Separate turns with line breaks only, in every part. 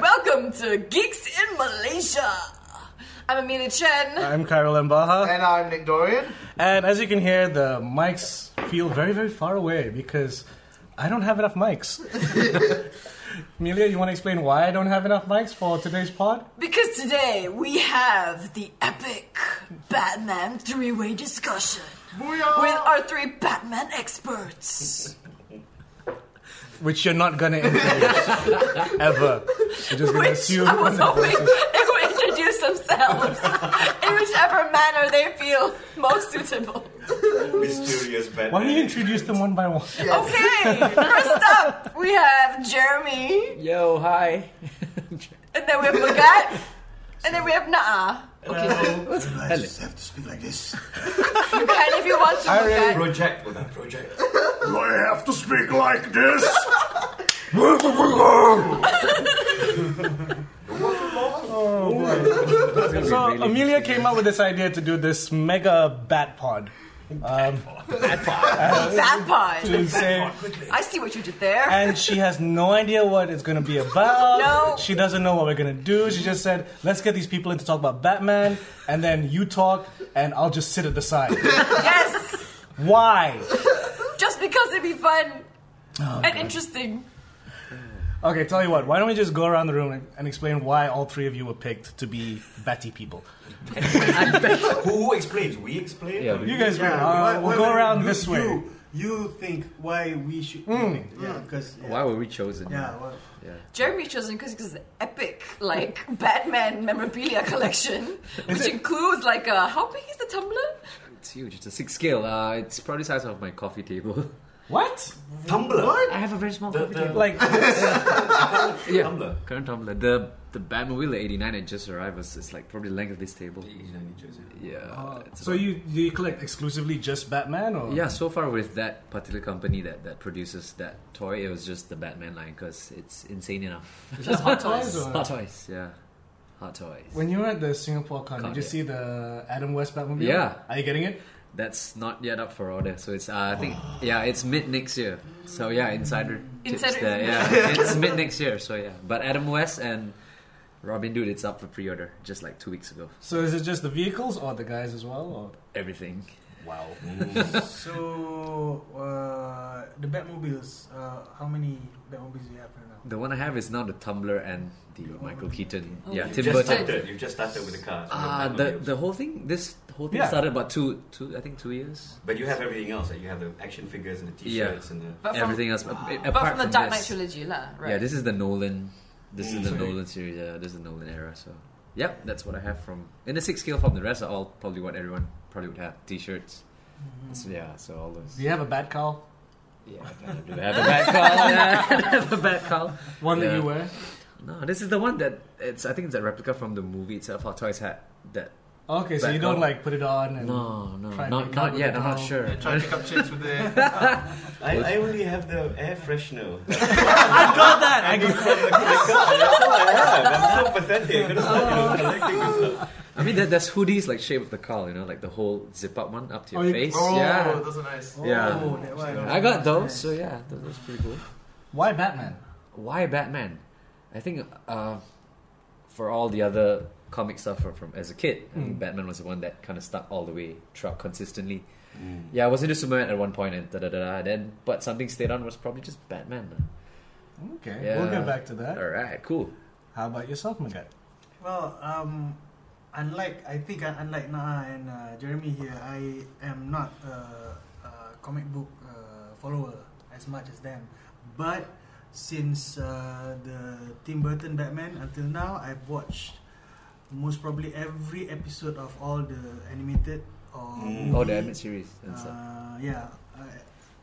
to Geeks in Malaysia. I'm Amelia Chen.
I'm Cairo Lembaha.
And I'm Nick Dorian.
And as you can hear, the mics feel very, very far away because I don't have enough mics. Amelia, you want to explain why I don't have enough mics for today's pod?
Because today we have the epic Batman three way discussion with our three Batman experts.
Which you're not going to introduce. ever. You're just going to
Which
assume.
I was
that
hoping
this is-
they would introduce themselves in whichever manner they feel most suitable.
mysterious Batman.
Why don't you introduce them one by one?
Okay, first up we have Jeremy,
Yo, hi.
and then we have Magat, and then we have Naa.
I just have to speak like this.
You can if you want to. Magat.
project with that project?
Do I have to speak like this?
So, Amelia came up with this idea to do this mega bat pod.
Bad pie.
To say,
I see what you did there.
and she has no idea what it's going to be about.
No.
She doesn't know what we're going to do. She just said, let's get these people in to talk about Batman, and then you talk, and I'll just sit at the side.
yes,
Why?
just because it'd be fun
Oh,
and interesting.
Okay, tell you what, why don't we just go around the room and, and explain why all three of you were picked to be Batty people?
Who explains? We explain?
Yeah,
You guys,
Yeah,
uh,
why-
we'll
why
go
would
around
you-
this way. Hmm.
You, you think why we should?
Mm.
Yeah, because yeah,
Why were we chosen?
yeah, well,
Jeremy chosen because it's an epic like Batman memorabilia collection, which
it-
includes like a how big is the tumbler?
It's huge. It's a six scale. Uh, it's probably the size of my coffee table.
What?
Tumblr.
I have a very small
The-
coffee
the-
table.
Like,
yeah.
Tumblr.
Current tumbler. The the Batmobile 89 that just arrived was it's like probably the length of this table. Yeah. it's
so
about-
you, do you collect exclusively just Batman, or?
Yeah, so far with that particular company that, that produces that toy, it was just the Batman line because it's insane enough.
Just hot toys, or?
Hot toys, yeah. Hot toys.
When you were at the Singapore Con, did
Con,
you
yeah.
see the Adam West Batmobile?
Yeah.
Are you getting it?
That's not yet up for order, so it's uh, I think yeah, it's mid next year. So yeah, insider tips
Insider
there. Yeah, it's mid next year. So yeah, but Adam West and Robin Dude, it's up for pre-order just like two weeks ago.
So is it just the vehicles or the guys as well? Or?
Everything.
Wow.
Mm.
so uh, the Batmobiles. Uh, how many Batmobiles do you have right now?
The one I have is now the Tumbler and the Michael Keaton. yeah,
You've
Tim
Just
Burton.
started. You've just started with the cars. with
Ah,
the
the
Batmobiles.
the whole thing. This whole thing
Yeah.
started about two two I think two years.
But you have everything else. Like you have the action figures and the T-shirts and the.
But from,
Everything else, a- a-
but
apart
from the Dark Knight
this.
trilogy, lah, right?
Yeah, this is the Nolan. This
Mm.
is the
Sorry.
Nolan series. Yeah, this is the Nolan era. So, yep, that's what I have from in the six scale form. The rest are all probably what everyone probably would have: t-shirts. So,
Mm-hmm.
yeah, so all those.
Do you have a bat cowl?
Yeah, I do have a back call. Yeah, I have a back call.
One that
Yeah.
you wear?
No, this is the one that it's. I think it's a replica from the movie itself. Our toys had that.
Okay, so
Bat
you don't
cowl.
like put it on and.
No, no,
Try and
not
make up
not
with
yet.
the
I'm not
cowl.
sure.
Try to pick up chicks with the.
I, I only have the air freshener. That's
Got that! I got-
all I have. I'm so pathetic. I could've started collecting this stuff.
I mean, there, there's hoodies like shape of the cowl. You know, like the whole zip up one up to
Oh,
your
you-
face.
Oh,
yeah,
those are nice.
yeah.
Oh, that one.
I got those. So yeah, that was pretty cool.
Why Batman?
why Batman? I think uh, for all the other comic stuff from, from as a kid, I think Batman was the one that kind of stuck all the way throughout consistently.
Mm.
Yeah, I was into Superman at one point and da da da da. Then, but something stayed on was probably just Batman.
Okay,
Yeah.
we'll get back to that.
All right, cool.
How about yourself, Magat?
Well, um, unlike I think uh, unlike Naa and uh, Jeremy here, I am not a, a comic book uh, follower as much as them. But since uh, the Tim Burton Batman until now, I've watched most probably every episode of all the animated or
Mm.
movie,
Oh, the Batman series and stuff.
Hmm. uh, yeah. Uh,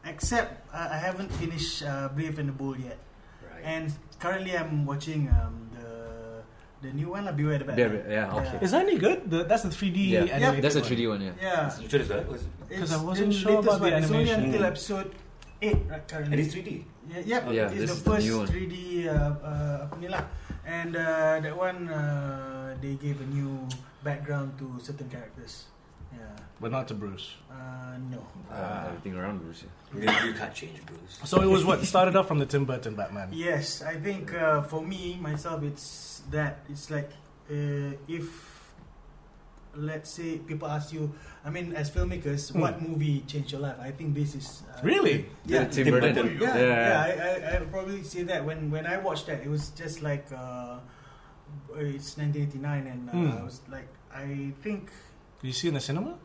except uh, I haven't finished uh, Brave and the Bold yet. And currently, I'm watching um, the the new one, lah, Beware the Batman.
There- yeah, okay.
Is that any good? The, that's the 3D
Yeah,
animated
That's a
one.
3D one, yeah.
Yeah,
You should have done.
'Cause
because
I wasn't sure about the
It's
animation.
only until
Mm.
episode eight, right? Currently.
And it's 3D.
Yeah, yep.
Yeah,
it's
this
the
is the
first
new one.
3D uh, uh, apa ni lah. And uh, that one, uh, they gave a new background to certain characters. Yeah.
but not to Bruce.
Uh, no.
Uh, everything around Bruce.
You can't change Bruce.
So it was what started off from the Tim Burton Batman.
Yes, I think uh, for me myself, it's that it's like uh, if let's say people ask you, I mean, as filmmakers,
Hmm.
what movie changed your life? I think this is uh,
Really? Uh.
Yeah,
Tim, Burton.
Yeah,
Yeah.
yeah. I, I, I would probably say that when when I watched that, it was just like uh, it's 1989, and uh,
Hmm.
I was like, I think,
Did you see in the cinema?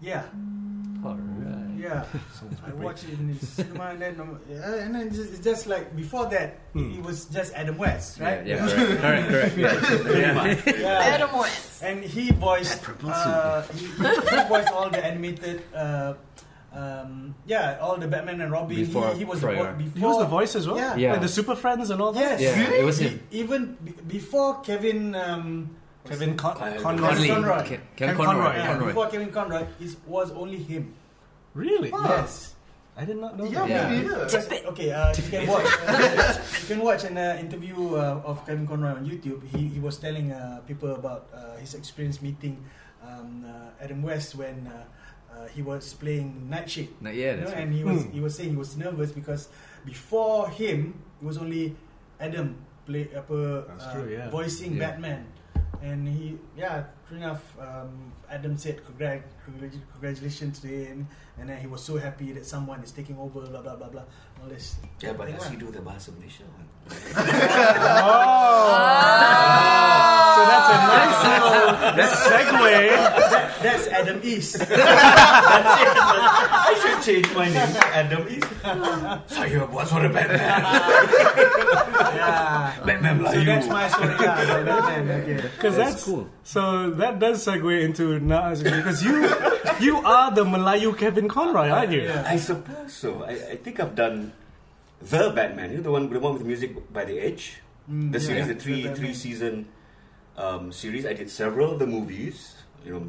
yeah,
Alright.
yeah.
Someone's
I
been breaking.
watched it in the cinema, and then um, yeah, and then just, it's just like before that,
Hmm.
it, it was just Adam West, right?
Yeah, yeah, correct, correct, correct. Yeah. yeah.
Yeah.
Adam West.
And he voiced, uh, he, he voiced all the animated, uh, um, yeah, all the Batman and Robin.
Before
he, he was the
Troyer.
vo- before.
He was the voice as well.
Yeah.
Yeah.
Like the Super Friends and all that.
Yes.
Yeah, it was
He-
him.
even b- before Kevin. Um,
Kevin Con-
Kyle
Conroy.
Conley. Conroy.
Ke- Kevin
Kevin
Conroy.
Conroy.
yeah,
Conroy.
Before Kevin Conroy, it was only him.
Really?
Yes.
I did not know
Yeah,
that.
Yeah.
maybe. Yeah.
Just- okay, uh, you can watch. Uh, you can watch an uh, interview uh, of Kevin Conroy on YouTube. He, he was telling uh, people about uh, his experience meeting um, uh, Adam West when uh, uh, he was playing Night Shift.
Not yet.
You know,
That's right.
and he was
Hmm.
he was saying he was nervous because before him it was only Adam play apa
That's
uh,
true, yeah.
voicing
Yeah.
Batman, and he yeah true enough um, Adam said "Congrat- congratu- congratulations to him, and then he was so happy that someone is taking over blah blah blah blah all this
Yeah, but
thing
does he
lah.
do the bar submission? Oh.
So that's a nice little segue.
that's Adam East
I should change my name to Adam East. so you was for the Batman.
yeah
Batman
so
like you.
that's my story yeah about Batman okay
Because
That's
that's
cool.
So that does segue into Nas because you you are the Malayu Kevin Conroy, aren't you?
yeah.
I suppose so. I, I think I've done the Batman. You know the one, the one with the music by the edge.
Mm,
the
yeah.
series, the
The
three
Batman.
three season um, series. I did several of the movies. You know,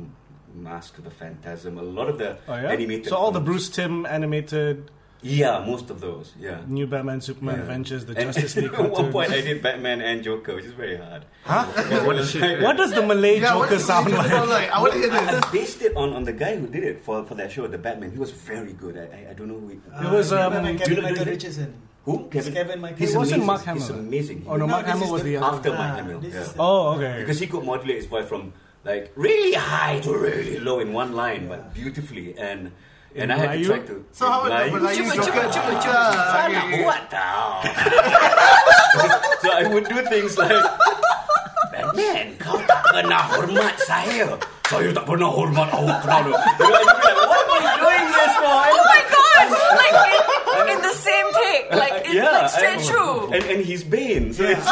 Mask of the Phantasm. A lot of the
Oh, yeah?
animated.
So all the
films.
Bruce Tim animated
Yeah, most of those. Yeah.
New Batman Superman
Yeah.
Adventures, the
And-
Justice League
at one point, I
cartoons.
did Batman and Joker, which is very hard. Huh? what is
What does the Malay
what
Joker
does
sound
it
like?
I want to hear
I
this.
I based it on, on the guy who did it for, for that show, the Batman. He was very good. I, I, I don't know who. He,
It was,
Uh,
um,
Batman, Kevin
do you know-
Michael
do you-
Richardson
who?
It's Kevin Michael
He's
It wasn't
amazing.
Mark
He's
Hamill.
amazing.
Oh no,
No,
Mark
this
Hamill
is
was
the
the other.
after Mark
Ah,
Hamill.
this
Yeah.
is the-
Oh, okay.
Because he could modulate his voice from like really high to really low in one line, but beautifully. And and
In
I had to
Melayu?
try to.
So how about the Melayu
Cuba, cuba,
Joker?
cuba, cuba.
uh,
Ah,
Melayu? What the? so I would do things like. Batman, kau tak pernah hormat saya. Saya tak pernah hormat awak kenapa? You know, I'd be like, What am I doing this for?
Oh my god! Like in, in the same take, like in, like straight
and,
through.
And, and he's Bane. So it's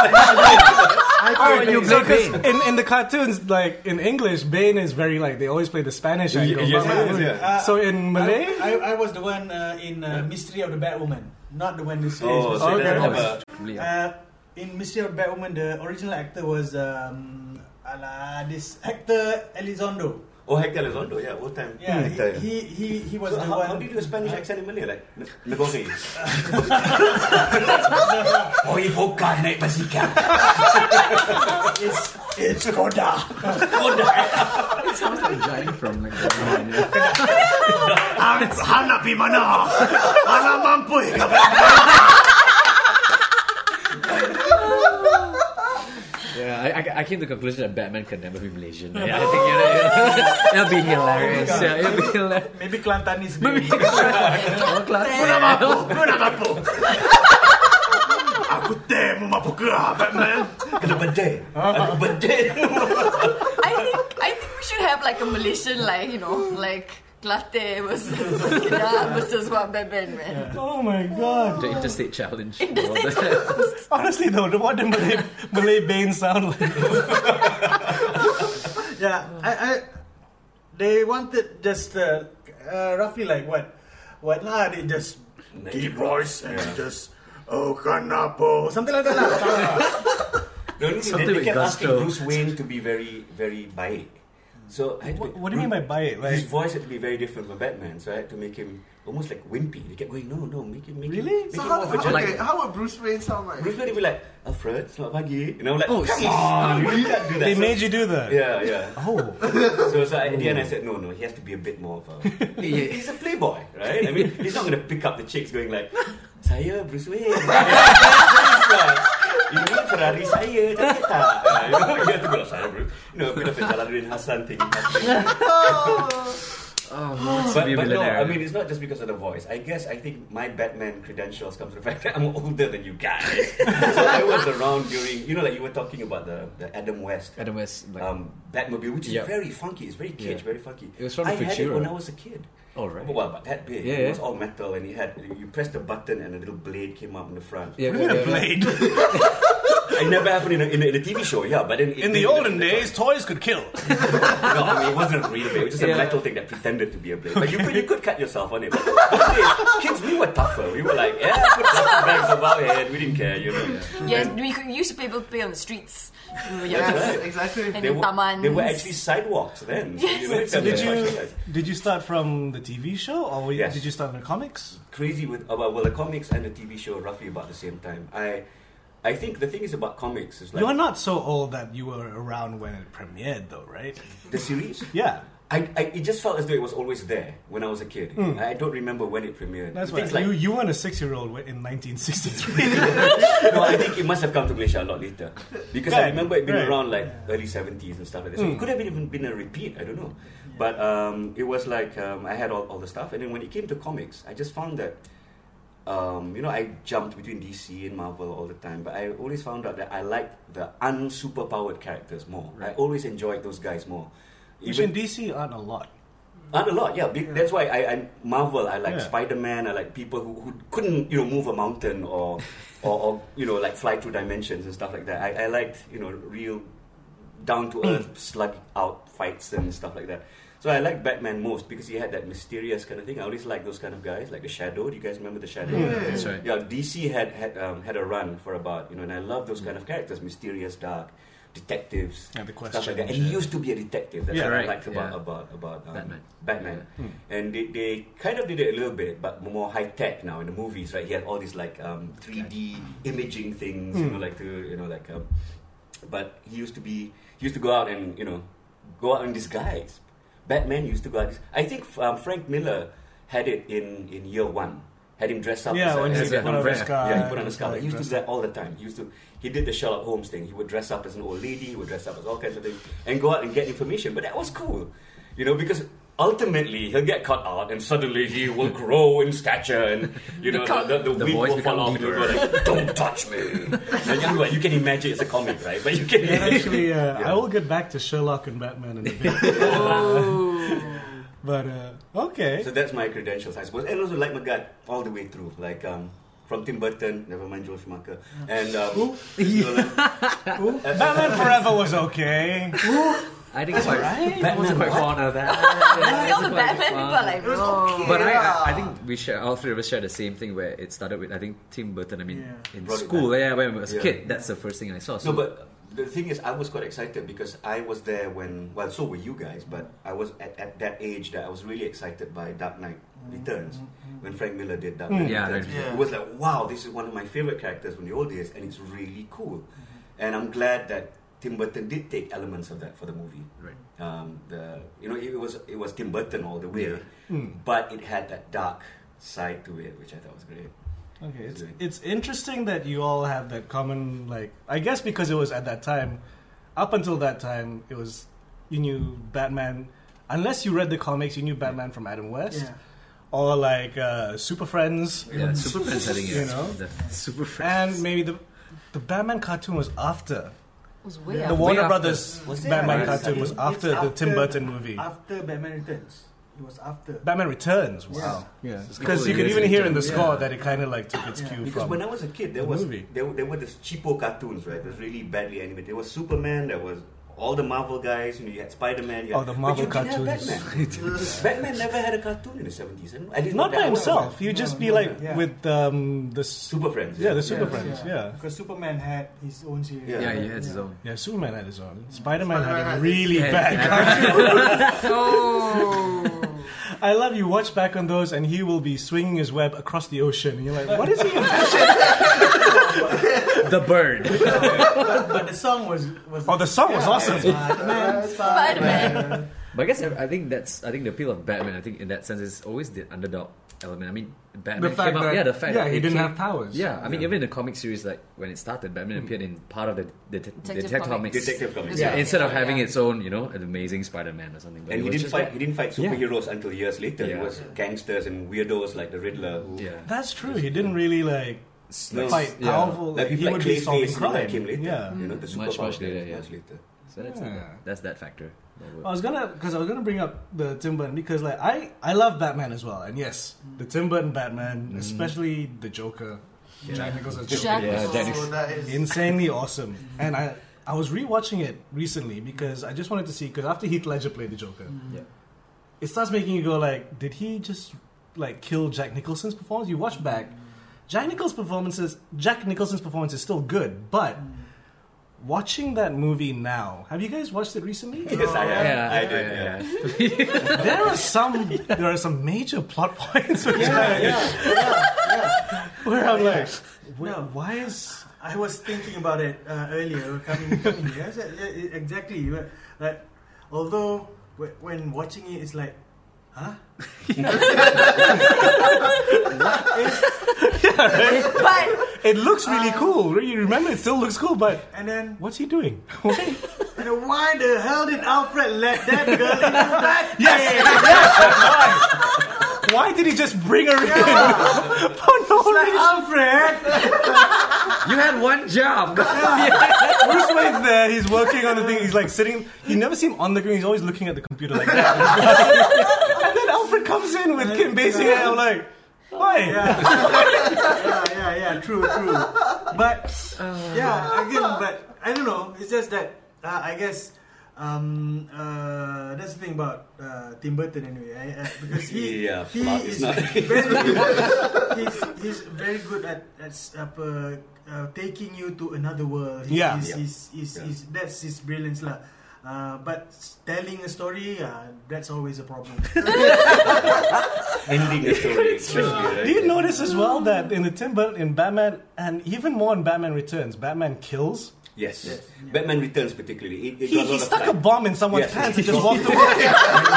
Oh, you
So,
made
'cause
Bane.
in, in the cartoons, like in English, Bane is very like they always play the Spanish angle.
yes,
But-
yes, yeah.
So in Malay,
I, I was the one uh, in uh, Mystery of the Batwoman, not the one in the series.
Oh,
was-
so he
Okay.
doesn't have a-
Oh, it's really-
uh, in Mystery of the Batwoman, the original actor was um, ala, this actor Elizondo.
Oh, Hector Elizondo, yeah, what time?
Yeah,
Hmm.
Hector, yeah.
he, he, he, he was
So
the
how,
one.
how do you do a Spanish accent in Malay? Like, n- negori. Oi, bukan naik basikal.
It's,
It's Koda.
Sounds like a guy from like. Yeah.
Ang hanap mana? Mana mampu ka ba?
Yeah, I, I, I came to the conclusion that Batman can never be Malaysian. Yeah, I think you know, it'll be hilarious. Yeah, it'll be hilarious.
maybe Kelantan is
Maybe
the-
Mana mampu? Ah, Aku te mo mampu ka, ah, Batman.
Kena bedek. Aku bedek.
I think I think we should have like a Malaysian, like you know, like Latte versus Kedah versus what Batman, man.
oh my god!
The interstate challenge.
Honestly though, what do Malay Malay Bane sound like?
Yeah, I, I, they wanted just uh, uh, roughly like what? What lah? They just.
Deep voice and just oh kanapo.
Something like that lah.
The only thing that
Something
they
with
kept asking
gusto.
Bruce Wayne to be very, very baik. So I had
What,
to be-
what do you mean by buy it? Like,
his voice had to be very different from Batman's, right? To make him almost like wimpy. They kept going, no, no, make him, make
Really?
him, make
So
him
how,
more of a
how,
gentleman.
okay, how would Bruce Wayne sound like?
Bruce Wayne would be like, Alfred, selamat pagi. And I'm like,
Oh,
come on, you can't do that.
they
So-
made you do that.
Yeah, yeah.
Oh,
So, so at the
Mm.
end, I said, no, no, he has to be a bit more of a. he- He's a playboy, right? I mean, he's not going to pick up the chicks going like, saya Bruce Wayne. Please, guys. Ini Ferrari saya, cantik tak? Uh, you know, he has to go like, saya Bruce. You know, a bit of a Jalaluddin Hassan thing. happening.
Oh, who wants
But,
to be a
but no,
millionaire?
I mean, it's not just because of the voice. I guess I think my Batman credentials come to the fact that I'm older than you guys. so I was around during, you know, like you were talking about the, the Adam West
Adam West, like,
um, Batmobile, which is
Yeah.
very funky. It's very kitsch,
Yeah.
very funky.
It was from
I had it
Futura.
when I was a kid.
Oh, right.
Well, but that big.
Yeah,
it
yeah.
was all metal, and it had you pressed a button, and a little blade came up in the front.
yeah,
you mean a blade?
It never happened in a, in, a, in a TV show, yeah. But then it
In the
did-
olden days, toys could kill.
no, I mean, it wasn't a real blade. It was just
Yeah.
a metal thing that pretended to be a blade. But you could, you could cut yourself on it. But nowadays, kids, we were tougher. We were like, yeah, put plastic bags over our head. We didn't care, you know.
Yes, we could- used to be able to play on the streets. when we were young.
That's
yes,
right.
exactly.
And
They
in
were, they were
tamans.
actually sidewalks then.
Yes.
know,
So did
it's much
you
less.
did you start from the TV show, or were you-
Yes.
did you start from the comics?
crazy with about well the comics and the TV show are roughly about the same time. I I think the thing is about comics is like
You're not so old that you were around when it premiered, though, right?
the series.
Yeah.
I, I it just felt as though it was always there when I was a kid. I don't remember when it premiered.
Hmm. That's why
Things like
you you weren't a six year old in 1963.
no, I think it must have come to Malaysia a lot later because I
Right,
remember it being
Kan? right. Hmm.
around like early seventies and stuff like that. So it could have been, even been a repeat. I don't know, but um, it was like um, I had all, all the stuff, and then when it came to comics, I just found that. Um, you know, I jumped between DC and Marvel all the time, but I always found out that I liked the unsuperpowered characters more. I always enjoyed those guys more.
Which in DC aren't a lot.
Not a lot, yeah. Be- That's why I, I marvel. I like
Yeah.
Spider Man. I like people who, who couldn't, you know, move a mountain or, or, or, you know, like fly through dimensions and stuff like that. I, I liked, you know, real down to earth slug out fights and stuff like that. So I like Batman most because he had that mysterious kind of thing. I always like those kind of guys, like the Shadow. Do you guys remember the Shadow?
That's right.
Yeah, DC had had, um, had a run for about you know, and I love those kind of characters, mysterious, dark detectives,
Yeah, the
stuff like that. And
questions,
he
yeah.
used to be a detective. That's
Yeah,
what
right,
I liked about
yeah.
about about um,
Batman.
Batman.
Hmm.
And they, they kind of did it a little bit, but more high tech now in the movies, right? He had all these like um, 3D imaging things,
Hmm.
you know, like to you know like. Um, but he used to be he used to go out and you know go out in disguise. Batman used to go out. dis- I think um, Frank Miller had it in in year one. Had him dress up.
Yeah,
as a-
when
as
he
a
put on
Batman.
the scar.
Yeah, he put on a scar. He used to
Dress
do that all the time. He used to he did the Sherlock Holmes thing. He would dress up as an old lady. He would dress up as all kinds of things and go out and get information. But that was cool, you know, because. Ultimately, he'll get cut out, and suddenly he will grow in stature, and you know
Become-
the, the, the,
The
wig
voice
will fall off.
become
And he'll go like, "Don't touch me!" and you, well, you can imagine it's a comic, right? But you can
And actually, uh,
Yeah.
I will get back to Sherlock and Batman in a bit. but uh, okay,
So that's my credentials, I suppose. And also like my gut all the way through. Like um, from Tim Burton, never mind Joel Schumacher. And um, Nolan.
Batman Forever was okay.
I think it's quite, I wasn't quite fond of that.
I see all the Batman people are like,
It was
"Oh."
okay.
But I,
yeah.
I, I think we share all three of us share the same thing where it started with I think Tim Burton. I mean,
Yeah.
in
Brought it
school,
back.
yeah, when I was a
Yeah.
kid, that's the first thing I saw. So
No, but the thing is, I was quite excited because I was there when, well, so were you guys, but I was at, at that age that I was really excited by Dark Knight Returns when Frank Miller did Dark Knight
Mm-hmm. Mm. Yeah,
Returns.
right.
Yeah.
It was like, wow, this is one of my favorite characters from the old days, and it's really cool.
Mm-hmm.
And I'm glad that Tim Burton did take elements of that for the movie.
Right.
Um, the you know it was it was Tim Burton all the way,
Hmm.
but it had that dark side to it, which I thought was great.
Okay, it's
Doing.
it's interesting that you all have that common like. I guess because it was at that time, up until that time, it was you knew Batman. Unless you read the comics, you knew Batman from Adam West
Yeah.
or like uh, Super Friends,
yeah, Super Friends, I think
You
yeah,
know?
the Super Friends.
and maybe the the Batman cartoon was after
It was way
the
out.
Warner
after.
Brothers
Was there
Batman
a-
cartoon was
It's
after the
after
Tim Burton movie.
After Batman Returns, it was after.
Batman Returns,
Yeah.
wow.
yeah,
Because you could even hear in the
Yeah.
score that it kind of like took its cue
Because
from.
when I was a kid, there
the
was
movie.
there, there were these cheapo cartoons, right? There's really badly animated. There was Superman. There was all the Marvel guys, you know, you had Spider Man.
Oh, the Marvel cartoons.
Batman. Batman never had a cartoon in the 70s. and At least
Not
that
by
I was
himself. You just be like
Yeah.
with um, the super.
aware. Super Friends.
Yeah, the super friends.
Yeah.
Yeah.
Because Superman had his own series.
Yeah.
Yeah, he has his own.
Yeah, Superman had his own. Spider Man had
Spider-Man
a
had-
really bad
Oh.
I love you. Watch back on those, and he will be swinging his web across the ocean. And you're like, what is he?
The bird.
But the song was was.
oh, the song was awesome.
Batman,
Spider-Man.
But I guess I think that's I think the appeal of Batman. I think in that sense is always the underdog element. I mean, Batman came out. yeah, the fact that
he didn't
came-
have powers.
Yeah, I mean, even in the comic series, like when it started, Batman appeared in part of the the
Detective
detective
Comics.
comics.
Detective Comics.
Yeah,
Yeah.
instead of having
Yeah.
its own, you know, an amazing Spider-Man or something. But
And
it
he
was
didn't
just
fight.
like-
He didn't fight
Yeah.
superheroes until years later.
Yeah.
It was gangsters and weirdos like the Riddler. Who
yeah.
that's true. He didn't really like
No,
fight
yeah.
powerful.
like
he
people like
would be solving
Clayface, you know,
crime.
that came later.
Yeah.
You know, the
Mm. Much,
superpowers
much
came
later, yeah.
Much later.
So that's
Yeah.
that's that factor. That
I
Oh,
works.
was gonna because I was gonna bring up the Tim Burton because like I I love Batman as well, and yes, the Tim Burton Batman, especially the Joker, Jack Nicholson's Joker,
Jack
Yeah,
Nicholson.
Jack
So that is.
insanely awesome. And I I was rewatching it recently because I just wanted to see because after Heath Ledger played the Joker,
Mm.
Yeah.
it starts making you go like, did he just like kill Jack Nicholson's performance? You watch back, Jack Nicholson's performances, Jack Nicholson's performance is still good, but. Watching that movie now, have you guys watched it recently?
Yes, I have.
Yeah,
I did.
yeah,
Yeah.
yeah.
There are some there are some major plot points which I- where I'm like, where,
No.
why is
I was thinking about it uh, earlier coming coming here. I said, yeah, e- exactly. you were- Like, although wh- when watching it, it's like, huh?
But
it looks really cool? You remember it still looks cool, but
And then,
what's he doing?
and then why the hell did Alfred let that girl into that?
why did he just bring her in? For no
Like,
reason.
Alfred,
You had one job.
Bruce Wayne's there. He's working on the thing. He's like sitting. You never see him on the screen. He's always looking at the computer like that. and then Alfred comes in with Kim Basinger. I'm like, why?
yeah, yeah, yeah, true, true. But yeah, again, but I don't know. It's just that uh, I guess um, uh, that's the thing about uh, Tim Burton anyway, I, uh, because he
Yeah,
he
plot
is
is not-
very he's, he's very good at at uh, per- uh, taking you to another world. He's-
Yeah.
he's,
Yeah.
he's, he's,
Yeah.
he's- that's his brilliance lah. Uh, but telling a story, uh, that's always a problem.
Ending the story. especially, right?
Do you notice as well that in the Tim Burton, in Batman, and even more in Batman Returns, Batman kills?
Yes. Batman Returns, particularly. It, it
He,
got
he
a lot of
stuck a
time.
bomb in someone's
Yes.
pants and just walked away.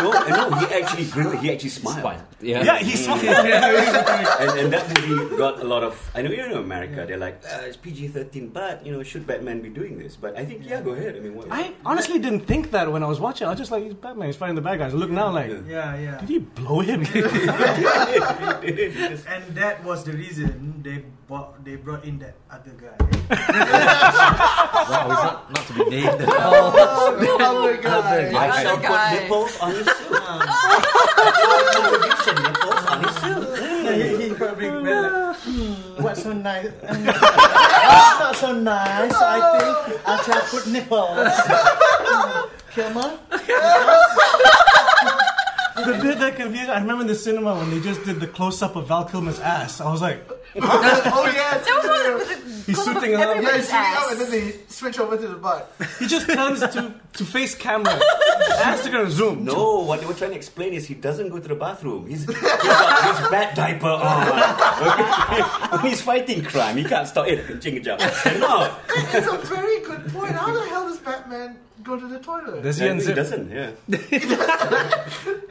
no, no, he actually grinned. He actually smiled.
Yeah.
yeah, he smiled.
And, and that movie got a lot of. I know you know America. They're like, uh, it's PG thirteen, but you know, should Batman be doing this? But I think yeah, go ahead. I mean, what?
I honestly didn't think that when I was watching. I was just like, he's Batman, he's fighting the bad guys. Look now, like,
Yeah.
yeah, yeah.
did he blow him?
And that was the reason they bought, they brought in that other guy.
Wow, it's not, not to be named at all.
Oh my
Other
god.
guy.
I shall
Other
put
guy.
nipples on his suit. Contradiction, nipples on his suit.
yeah, he, he probably went like, hmm, what's so nice? Mm, that's not so nice. So I think I shall put nipples. Kilmer?
the bit that confused I remember in the cinema when they just did the close up of Val Kilmer's ass. I was like,
oh yes.
that was one of the- the
He's
close-up
shooting
of
up.
Yeah,
everybody's
shooting up and
ass.
then they switch over to the butt.
he just turns to, to face camera. ass to go zoom.
No, what they were trying to explain is he doesn't go to the bathroom. He's he's got his bat diaper on. when he's fighting crime, he can't stop it. Kencing jump. Stand out.
It's a very good point. How the hell does Batman go to the toilet?
Does he
No, he
unzip?
doesn't. Yeah.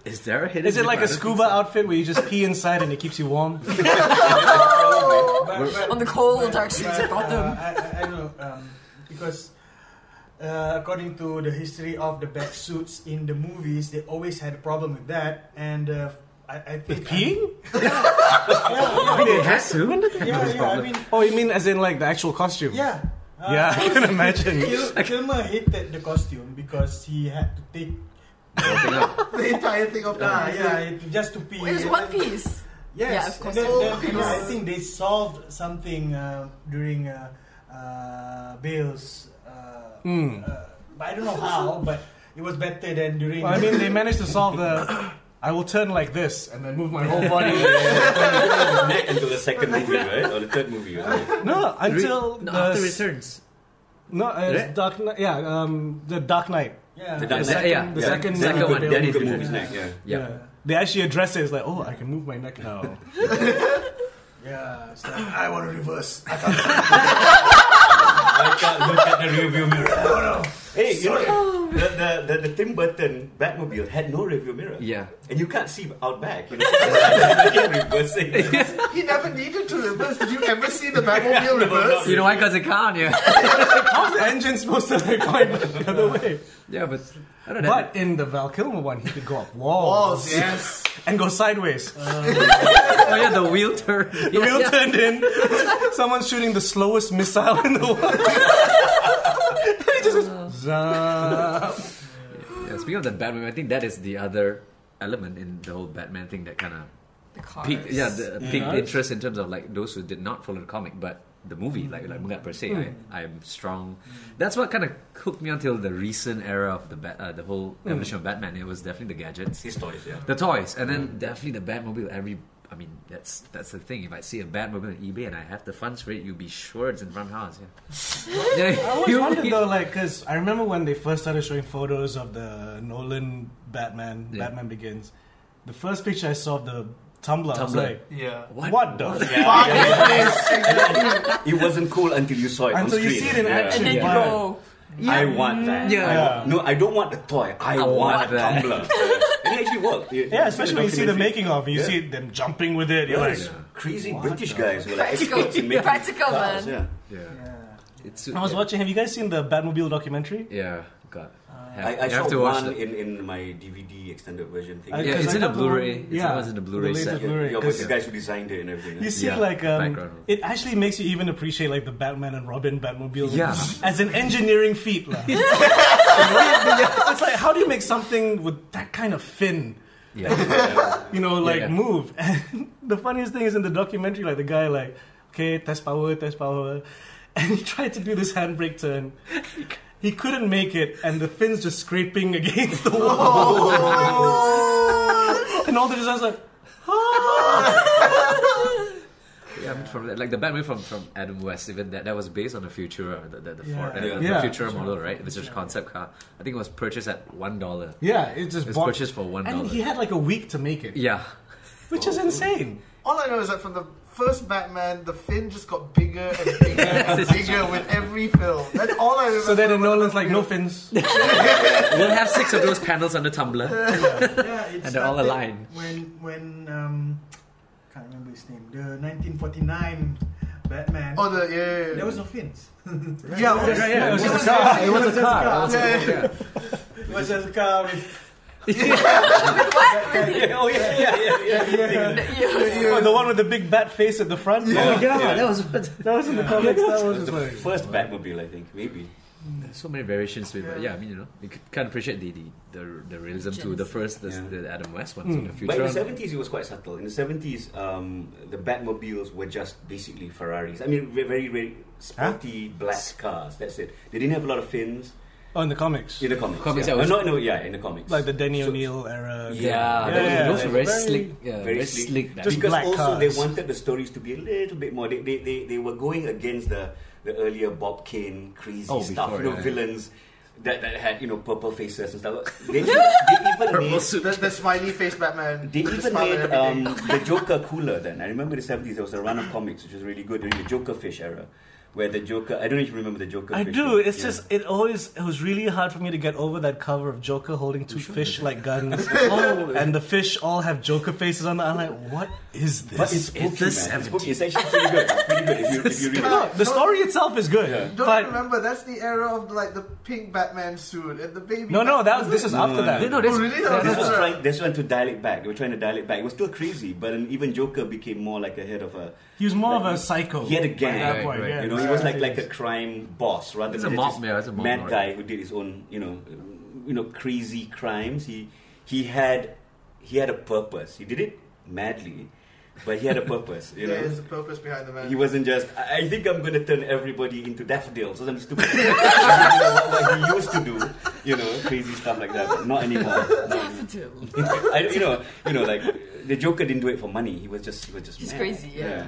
Is there a hidden?
Is it like a
zipper?
scuba outfit where you just pee inside and it keeps you warm?
On the cold, dark streets
But,
of Gotham.
uh, I, I, I don't know um, because uh, according to the history of the bat suits in the movies, they always had a problem with that, and uh, I, I think
With peeing?
I mean, it has to.
I, yeah, yeah, I mean,
Oh, you mean as in like the actual costume?
yeah. Uh,
Yeah, I can imagine.
Kil- Kilmer hated the costume because he had to take
the entire thing of
ah,
that.
yeah it- just to pee.
It was one piece.
Yes,
Yeah, of course.
and then- then, you know, I
Oh.
think they solved something uh, during uh, uh, Bale's uh,
Hmm.
uh, But I don't know how, but it was better than during.
Well, I mean, they managed to solve the. I will turn like this and then move my whole body.
Neck until the second movie, right? Or the third movie. Right?
no, until
No,
the
after
s-
returns.
No, uh, it's
Right?
Dark Knight. Yeah, um, the Dark Knight.
yeah.
The Dark
The
Knight.
se- yeah,
The
yeah.
second,
Second
movie
one,
they
that
all
is
the
did.
movie's neck, yeah.
Yeah.
They actually address it. It's like, oh, I can move my neck now.
Yeah, it's like,
I want to reverse.
I can't look at the rearview mirror. Hey, you know, the, the, the, the Tim Burton Batmobile had no rearview mirror.
Yeah.
And you can't see out back. You know? I keep reversing.
He never needed to reverse. Did you ever see the Batmobile
No, no.
reverse?
You know why? Because it can't, yeah.
How's the engine supposed to like going back the other way?
yeah, but I don't know.
But in the Val Kilmer one, he could go up walls,
Balls, yes.
and go sideways.
Uh, oh yeah, the wheel turn.
The wheel turned in. Someone's shooting the slowest missile in the world. and he just goes,
Uh.
"Zap."
Yeah, speaking of the Batman, I think that is the other element in the whole Batman thing that kind of
The cars.
piqued, yeah, the, uh, piqued interest in terms of like those who did not follow the comic, but the movie, like like Mungat per se, I, I'm strong. That's what kind of hooked me until the recent era of the bat, uh, the whole evolution of Batman. It was definitely the gadgets,
His toys, yeah.
the toys, and then definitely the Batmobile. Every, I mean, that's that's the thing. If I see a Batmobile on eBay and I have the funds for it, you'll be sure it's in front house. Yeah, yeah
I always
you-
wondered though, like, because I remember when they first started showing photos of the Nolan Batman,
Yeah.
Batman Begins. The first picture I saw of the Tumblr, I was
Tumblr.
like,
yeah.
What?
what the
Yeah,
fuck?
yeah. it wasn't cool until you saw it on
Until you
screen.
see it in
Yeah.
and
action.
then you
Yeah.
go,
I want that.
Yeah.
I want- no, I don't want the toy. I, want,
want
a
that.
tumbler. and it actually worked. You-
Yeah, especially when you see the
documentary.
making of, you
Yeah.
see them jumping with it. You're
Yeah,
like,
it's crazy British guys who were like
Practical.
experts in making
Practical,
cars,
man.
Yeah,
Yeah.
it's,
I was
yeah.
watching. Have you guys seen the Batmobile documentary?
Yeah,
Yeah.
God.
Uh, I, I
you
saw
have to watch
one
that.
in, in my DVD extended version thing.
I-
Yeah,
'cause
it's
I
in a
got the one-
Blu-ray. It's always in the Blu-ray
latest
set.
yeah,
Blu-ray,
yeah, but
'cause
the guys who designed it and everything.
You see,
Yeah,
like, um,
background.
it actually makes you even appreciate, like, the Batman and Robin Batmobile
Yeah.
as an engineering feat. lah. it's like, how do you make something with that kind of fin,
Yeah.
you know, like,
Yeah.
move? And the funniest thing is in the documentary, like, the guy, like, okay, test power, test power. And he tried to do this handbrake turn. He couldn't make it, and the fin's just scraping against the wall. and all the designers like,
yeah, I mean, from that- like the Batman from, from Adam West, even that that was based on a Futura, the, the, the
Yeah.
Ford, uh, the
Yeah.
Futura model, right? It was just a concept car. I think it was purchased at one dollar.
yeah, it just
It was
bought-
purchased for one
And
dollar.
he had like a week to make it,
Yeah,
which is insane.
All I know is that from the first Batman, the fin just got bigger and bigger and bigger with every film. That's all I remember.
So then in Nolan's like, no fins.
we'll have six of those panels on the Tumblr.
yeah, it
And they're all
started
aligned.
When when um, can't remember his name. The 1949 Batman.
Oh, the, yeah, oh, yeah,
there
yeah.
was no fins.
Yeah,
it was-
yeah, it was
it
just
was
a car. It was
just
a
a
car.
car.
Yeah, yeah.
It was just a car with
yeah, oh yeah, yeah, yeah, yeah.
Oh, the one with the big bat face at the front.
Yeah.
Oh my god,
Yeah.
that was that was in the comics. That was just
That's the
like
first Batmobile, I think, maybe.
so many variations to it, but yeah, I mean, you know, you c- can't appreciate the the, the, the realism to the first the,
Yeah.
the Adam West one, so the
But in the
Futura.
seventies, it was quite subtle. In the seventies, um, the Batmobiles were just basically Ferraris. I mean, ve- very very sporty black cars. That's it. They didn't have a lot of fins
oh, in the comics,
in the comics.
Comics,
yeah. Uh,
yeah, was-
no, no, yeah, in the comics.
like the Denny
So-
O'Neill era.
yeah, those,
yeah,
those
yeah.
were very,
Very-
slick, yeah, Uh, very,
very
slick.
sleek.
Batman.
Just
because
black
also
cars.
they wanted the stories to be a little bit more. They they, they, they were going against the, the earlier Bob Kane crazy
Oh,
stuff.
before,
you know,
yeah.
villains that, that had you know purple faces and stuff. They, they even
Purple
made
suit.
The, the smiley face Batman.
They
with
even
the smile
made
and
um,
everything.
the Joker cooler then. I remember the 70s, there was a run of comics which was really good during the Joker Fish era, where the Joker, I don't know if you remember the Joker
I
Fish.
do. It's
yeah.
just it always it was really hard for me to get over that cover of Joker holding two fish like guns,
Oh,
and the fish all have Joker faces on them. I'm like, what is this?
But it's spooky, man. It's, spooky. it's actually pretty good. It's pretty good if you, if you read it.
No, the story itself is good,
Don't
but
you remember? That's the era of like the pink Batman suit and the baby.
no, no,
Batman.
that was this is after that.
No, this-
Oh, really? That
This was
was-
trying, this one to dial it back. They were trying to dial it back. It was still crazy, but an, even Joker became more like a head of a.
He was more of a psycho.
He had a
At
gang.
that
Right,
point,
right.
yeah.
You know, he was like like a crime boss rather
It's
than
a
just
mob, yeah, it's a mob
mad
lord.
guy who did his own, you know, you know, crazy crimes. He he had he had a purpose. He did it madly, But he had a purpose, you know.
There's a purpose behind the man.
He wasn't just. I I think I'm gonna turn everybody into daffodils or something stupid. You know, what he used to do, you know, crazy stuff like that. But not anymore. Not anymore.
Daffodil.
I, you know, you know, like the Joker didn't do it for money. He was just, he was just.
He's
mad.
crazy, yeah.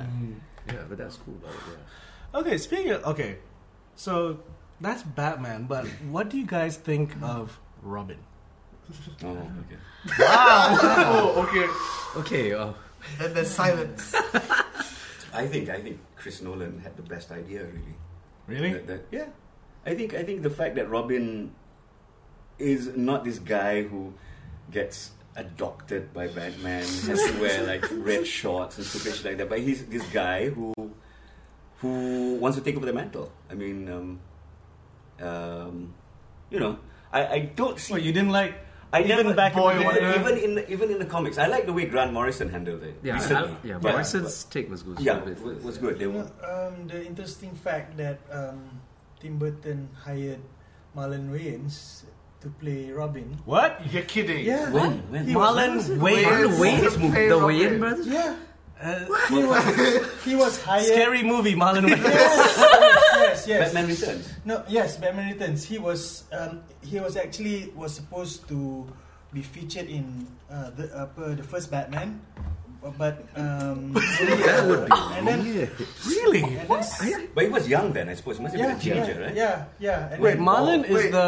Yeah, but that's cool. About it, yeah.
Okay, speaking of, okay, so that's Batman, but what do you guys think of Robin?
Oh, okay.
oh, okay.
Okay, uh,
And there's silence.
I think, I think Chris Nolan had the best idea, really.
Really?
That- that- yeah, I think I think the fact that Robin is not this guy who gets adopted by Batman, has to wear like red shorts and stupid shit like that, but he's this guy who who wants to take over the mantle. I mean, um, um, you know, I, I don't see.
Well, you didn't like
I
even
never
back in
boy,
the day-
even, even in the, even in the comics, I like the way Grant Morrison handled it.
yeah, I,
recently.
I, yeah.
But-
Morrison's take was good.
but- yeah, it was, was good. They were,
Um, the interesting fact that um, Tim Burton hired Marlon Wayans to play Robin.
what?
You're kidding.
Yeah.
when, when,
Marlon
Wayans.
Wayne. Uh,
Marlon Wayans?
The
Hey,
Wayne
Robin.
brothers.
Yeah. He was he was hired.
Scary movie, Marlon Wayne.
yes, yes, yes.
Batman Returns.
No, yes, Batman Returns. He was um, he was actually was supposed to be featured in uh, the upper the first Batman, uh, but um,
That would be
and then
weird.
really?
and then
But he was young then, I suppose. He must have
yeah,
been a teenager,
yeah,
right?
yeah, yeah, and
Wait,
then-
Marlon
oh,
is
wait.
the.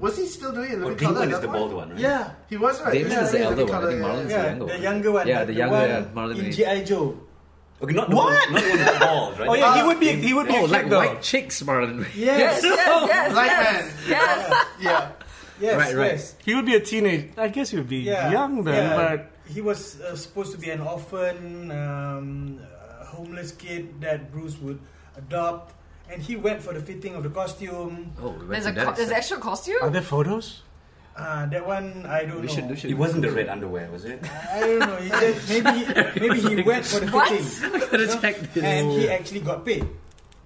Was he still doing it?
Well,
Living
Penguin
Colour,
is the
that one?
bald one, right?
yeah.
He was right.
Damon
is the
Living
elder one. I
Colour,
think
yeah.
Marlon is
Yeah,
younger
the
one.
younger one.
Yeah,
like
the younger,
one
yeah, Marlon
in
Wayans.
GI Joe.
Okay, not the One, not the one with the bald, right?
Oh yeah, he would be. He would be
Oh,
a
like
kid, though.
white chicks, Marlon. Wayans.
Yes,
Yes,
yes, yes,
Light
yes,
man.
yes.
Yeah.
yes,
Right, right.
yes.
He would be a teenage. I guess he would be
Yeah,
young then,
yeah.
but
he was uh, supposed to be an orphan, um, uh, homeless kid that Bruce would adopt, and he went for the fitting of the costume.
Oh, we went
There's
to
a
that
co- there's
extent.
actual costume.
are there photos?
Uh, that one I don't
We
know.
should, we should.
It wasn't the red underwear, was it?
I don't know. He just, maybe maybe he went for the
What?
fitting,
Gotta check this.
and he actually got paid.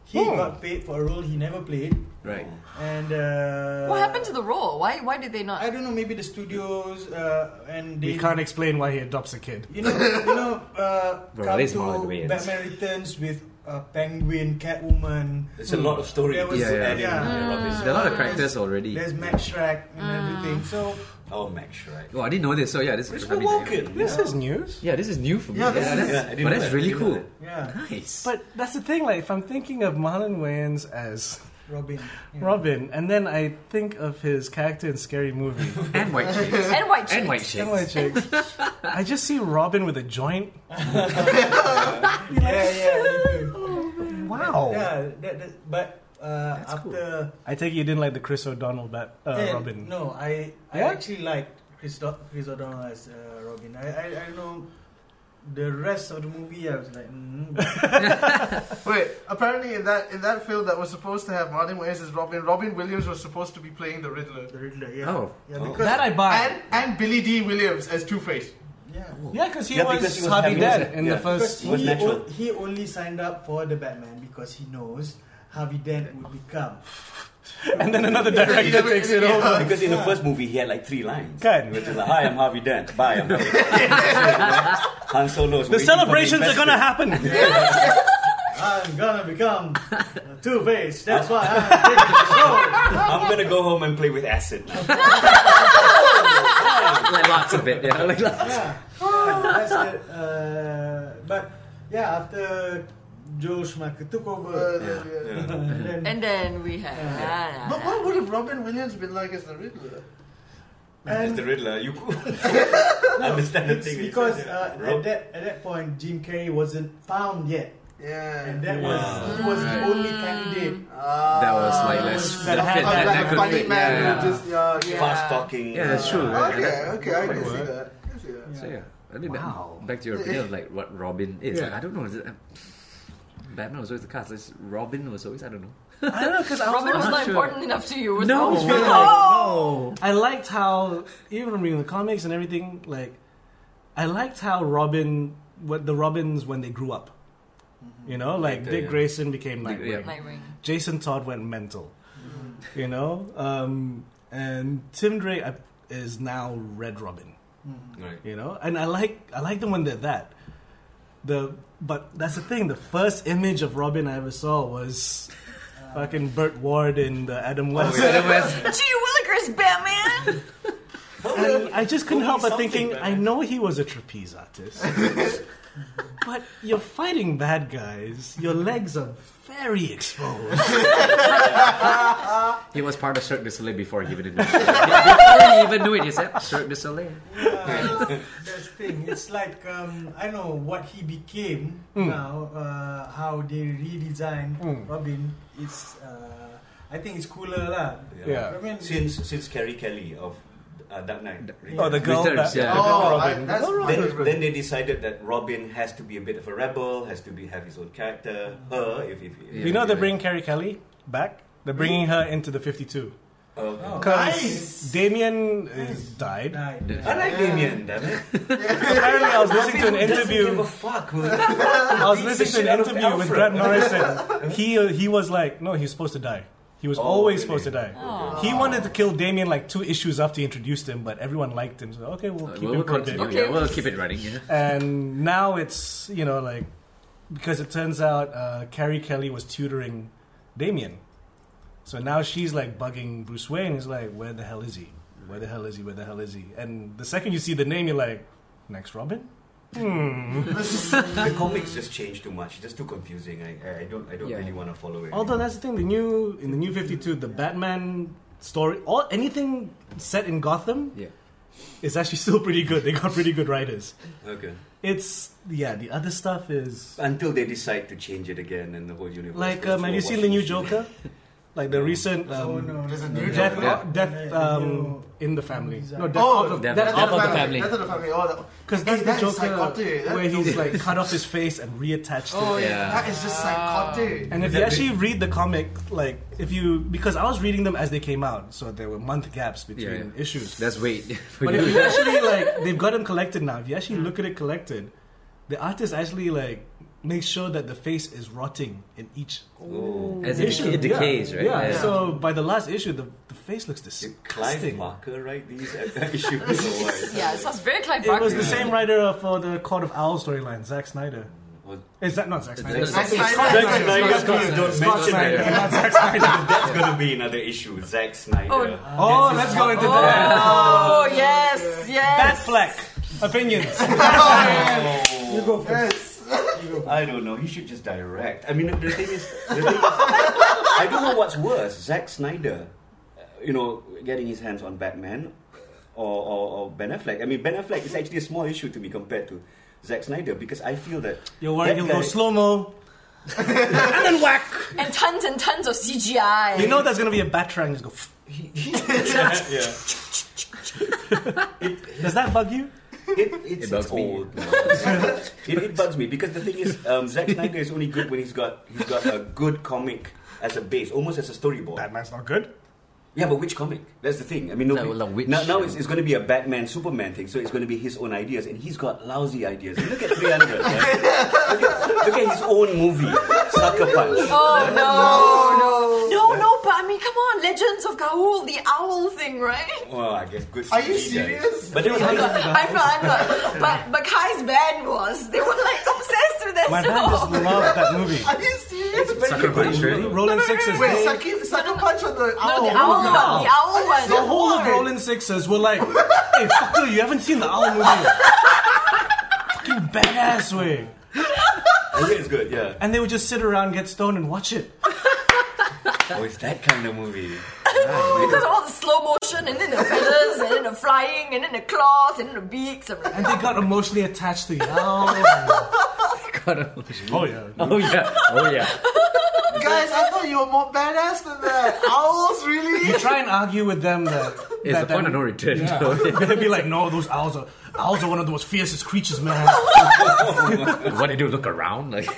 He
Oh.
got paid for a role he never played,
Right.
and uh,
What happened to the role? Why? Why did they
I
not?
don't know. Maybe the studios uh, and they
We can't explain why he adopts a kid.
You know, you know, uh,
Bro,
come
this is
to
Marlon Wayans.
Batman Returns with uh, Penguin, Catwoman.
It's a lot of story.
There
to
was-
Yeah, yeah,
add in,
yeah.
uh, Robin's-
There are a lot of characters already.
There's Max Shrek and everything. So
Oh, Max, right.
Oh, I didn't know this. So yeah, this is
Christopher Walken.
This is news.
Yeah, this is new for me.
Yeah, this
that's,
is- Yeah, I didn't know
but that's
that.
really
I didn't know
cool.
yeah,
Nice.
But that's the thing. Like, if I'm thinking of Marlon Wayans as
Robin. yeah.
Robin, and then I think of his character in Scary Movie.
and white chicks.
And white
and white
chicks.
chicks.
Anyway, chicks, I just see Robin with a joint.
Yeah, yeah, me too.
Wow.
yeah. That, that, but uh,
That's cool.
after
I take it you didn't like the Chris O'Donnell bat, uh,
eh,
Robin.
no, I I
Yeah?
actually liked Chris, Do- Chris O'Donnell as uh, Robin. I, I I don't know. The rest of the movie, I was like, mm,
Wait. Apparently, in that in that film that was supposed to have Martin Wayans as Robin, Robin Williams was supposed to be playing the Riddler.
the Riddler, yeah,
Oh.
yeah,
Oh.
because,
That I buy.
And and Billy D. Williams as Two Face.
yeah.
yeah, because he,
Yeah,
was
because he was
Harvey
having-
Dent in the
yeah.
first.
Because
It was
he,
natural.
o- he only signed up for the Batman because he knows Harvey Dent would become.
And then another director takes it over.
Because in the first movie, he had like three lines.
Good.
He was just like, Hi, I'm Harvey Dent. Bye, I'm Harvey Dent. Han Solo's
The celebrations are gonna happen.
I'm gonna become Two Face. That's why I'm taking the show.
I'm gonna go home and play with acid now.
like lots of it. Yeah, like lots.
Yeah, yeah, that's it. Uh, but yeah, after Joe Schumacher took over,
Yeah.
and then
And then we have.
But what would have Robin Williams been like as the Riddler?
As the Riddler, you understand the
it's
thing.
because
yeah.
uh, at
Rob-
that at that point Jim Carrey wasn't found yet,
Yeah.
and that was he was the only candidate.
Ah.
That was like less.
That
That,
had-
fit,
Oh,
that,
like
that
a
could
funny
fit.
man
yeah,
who just yeah, yeah.
fast talking.
Yeah, that's true. right?
Okay,
Yeah,
okay, I can
Quite
see
work.
that. I can see that.
So yeah, I mean,
Wow.
back, back to your opinion of like what Robin is. Like, I don't know. Is it, uh, Batman was always the cast. It's- Robin was always I don't know.
I don't know because I was
Robin was
I'm
not
not sure.
important enough to you. Was
No.
Robin?
No.
No.
I liked how even from reading the comics and everything, like I liked how Robin what the Robins when they grew up. You know, like
Later,
Dick
yeah.
Grayson became Nightwing.
yeah.
Nightwing.
Jason Todd went mental. You know? Um, and Tim Drake uh, is now Red Robin.
Right.
You know? And I like I like them when they're that. The but that's the thing. The first image of Robin I ever saw was fucking Burt Ward in the
Oh,
Adam West.
Gee Willikers, Batman!
And I just couldn't
Who
help
needs
but thinking,
something,
I
man?
know he was a trapeze artist, but you're fighting bad guys. Your legs are very exposed.
He was part of Cirque du Soleil before he even knew it. before he even knew it, he said Cirque du Soleil.
Yeah, that's the thing. It's like um, I know what he became
Mm.
now. Uh, how they redesigned Robin. It's uh, I think it's cooler lah.
Yeah.
I mean,
Since since Carrie Kelly of uh, Dark Knight.
Oh, the girl
Returns,
that-
yeah.
Oh, I,
Robin.
that's
Then, then they decided that Robin has to be a bit of a rebel, has to be have his own character. Her, if if, if
you know they're
yeah.
bringing Carrie Kelly back. They're bringing her into the 52.
okay.
oh,
Because Damien is died.
Right.
I like Damien, damn it.
Apparently, I was listening to an
Who doesn't give
interview.
a fuck. who-
I was listening
beats the
to an
shit out of
interview with Grant
Alfred.
Morrison. He he was like, no, he's supposed to die. He was
Oh,
always
really? Oh.
supposed to die. He wanted to kill Damien like two issues after he introduced him, but everyone liked him. So okay, we'll keep
Uh,
him
We'll, we'll
for a
continue.
bit.
Okay.
Yeah, we'll keep it running. Yeah.
And now it's you know like because it turns out uh, Carrie Kelly was tutoring Damien, so now she's like bugging Bruce Wayne. He's like, where the hell is he? Where the hell is he? Where the hell is he? And the second you see the name, you're like, next Robin. Hmm.
the comics just changed too much. It's just too confusing. I, I- I don't I don't
Yeah.
really want to follow it.
Although that's the thing, the new in the new Fifty Two, the Batman story, all anything set in Gotham
Yeah.
is actually still pretty good. They got pretty good writers.
okay.
It's yeah, the other stuff is
Until they decide to change it again and the whole universe.
like
goes
um, have
through
you
a
seen the new
washing machine.
Joker? Like the recent um,
oh no,
There's a
no,
new
no,
Death,
Joker.
no.
death um, in the family. No, death
Oh,
out of
Death
death
Out
out
of
of
the Family.
Death of the family. Oh, that,
because
Hey,
that's the
that
Joker
is psychotic. That
where
is
he's like cut off his face and reattached it.
oh yeah.
Yeah.
that is just psychotic.
Ah.
And if you actually read the comic, like if you because I was reading them as they came out, so there were month gaps between
Yeah, yeah.
issues.
That's weight.
But if you Mm-hmm. actually like, they've got them collected now. If you actually look at it collected, the artist actually like makes sure that the face is rotting in each
Oh.
As it,
issue.
it
Yeah.
decays, right?
Yeah. So by the last issue, the, the face looks
Did Clive
disgusting.
Barker write these issues or what?
Yeah, it sounds very Clive
It
Barker.
was the same writer for the Court of Owls storyline, Zack Snyder.
Was-
Is that not Zack Snyder?
Zack
Zack
Snyder.
Snyder.
Zack Snyder,
Scott
please don't
Scott
mention
Snyder,
that.
not Zack Snyder.
That's gonna be another issue. Zack Snyder.
Oh.
Oh, let's go into that.
Oh, yes,
Bat
yes.
Fleck. Opinions.
You go first. I don't know. He should just direct. I mean, the thing is, the thing is I don't know what's worse: Zack Snyder, uh, you know, getting his hands on Batman, or, or, or Ben Affleck. I mean, Ben Affleck is actually a small issue to be compared to Zack Snyder because I feel that
You're worried
that
he'll go
guy-
slow mo. and then whack.
And tons and tons of CGI.
You know there's gonna be a Batarang. Just go. "Pff." Does that bug you?
It, it's,
It bugs
it's
me.
old. now. it, it bugs me because the thing is, um, Zack Snyder is only good when he's got he's got a good comic as a base, almost as a storyboard.
Batman's not good.
Yeah, but which comic? That's the thing. I mean, no,
No, like which-
now, now it's, it's going to be a Batman Superman thing, so it's going to be his own ideas, and he's got lousy ideas. Look at 300. right? look, at, look at his own movie, Sucker Punch.
Oh no, no, no, no! But I mean, come on, Legends of Gaul, the owl thing, right?
Well, Oh, I guess good.
Are you
guys.
serious?
But there was
I'm not, I'm not, I'm not. But but Kai's band was they were like obsessed with that
My dad just
show.
loved that movie.
Are you serious?
Sucker Punch, really?
Rolling Sixes.
Wait,
they-
Saki, Sucker Punch or the
No,
oh,
owl?
the owl one, the owl one.
The whole of Rolling Sixes were like, hey, fuck you, you haven't seen the Owl movie. Fucking badass way.
I think it's good. Yeah.
And they would just sit around, get stoned, and watch it.
Oh, it's that kind of movie.
Because all the slow motion and then the feathers and then the flying and then the claws and then the beaks and
And they got emotionally attached to the Owl. oh, yeah.
oh yeah, oh yeah.
Guys, I thought you were more badass than that. Owls, really?
You try and argue with them that.
It's
that,
the
that-
point of no return. though.
They'd be like, no, those owls are owls are one of the most fiercest creatures, man.
what do you do? Look around, like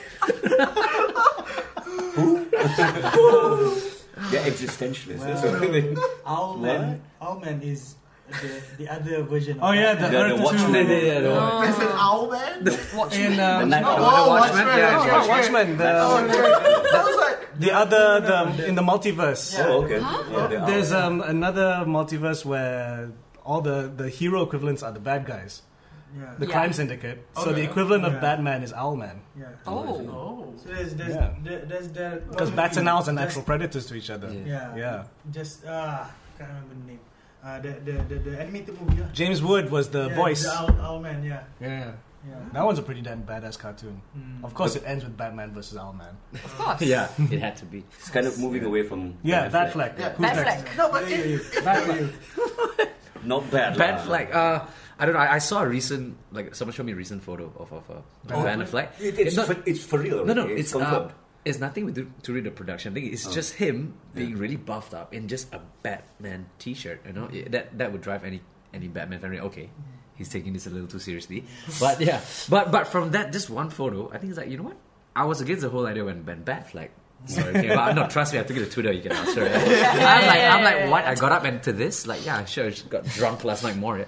They're existentialists. That's what they
Owlman. Owlman is the, the other version.
Oh
of
yeah,
Batman.
the
the
Earth
Watchmen.
Two-
Yeah, yeah,
There's an owl man?
in um,
Night Owl.
oh,
Watchmen,
Watchmen.
no,
yeah,
not Watchmen, the,
I Oh, was like,
the other the in the multiverse.
Oh, okay. Yeah, they are.
There's um, another multiverse where all the, the hero equivalents are the bad guys.
Yeah.
the
Yeah.
crime syndicate. So the
Okay.
equivalent of
Yeah.
Batman is Owlman.
yeah.
Oh.
Oh.
So there's there's
Yeah.
there, there's that
Because bats and owls are
There's-
natural predators to each other.
Yeah.
Yeah.
Yeah.
Just ah, can't remember the name. Uh, the the the, the animated movie. Yeah.
James Wood was the
yeah,
voice.
The owl, owl man. Yeah.
Yeah.
Yeah.
That one's a pretty damn badass cartoon.
Mm.
Of course, it ends with Batman versus Owlman.
Of course.
yeah, it had to be.
It's kind of moving away from.
Yeah,
Batfleck.
that flag.
Yeah.
Who's next?
Batfleck.
No, but
Yeah,
it,
yeah, yeah. Back to you.
Not bad. lah.
Ban flag. Uh, I don't know. I, I saw a recent like someone showed me a recent photo of of a
Oh.
ban flag.
It, it's,
not-
for, it's for real.
no, no.
already.
It's uh,
confirmed.
it's nothing with do- to read the production. I think it's
Oh.
just him being really buffed up in just a Batman T-shirt. You know It- that that would drive any any Batman fan. Okay, he's taking this a little too seriously. But yeah, but but from that just one photo, I think it's like you know what? I was against the whole idea when Ben Batflag. Sorry, okay, but no, trust me. I took it to Twitter. You can ask her. I'm like, I'm like, what? I got up and to this, like, yeah, sure, she got drunk last night more. Yeah.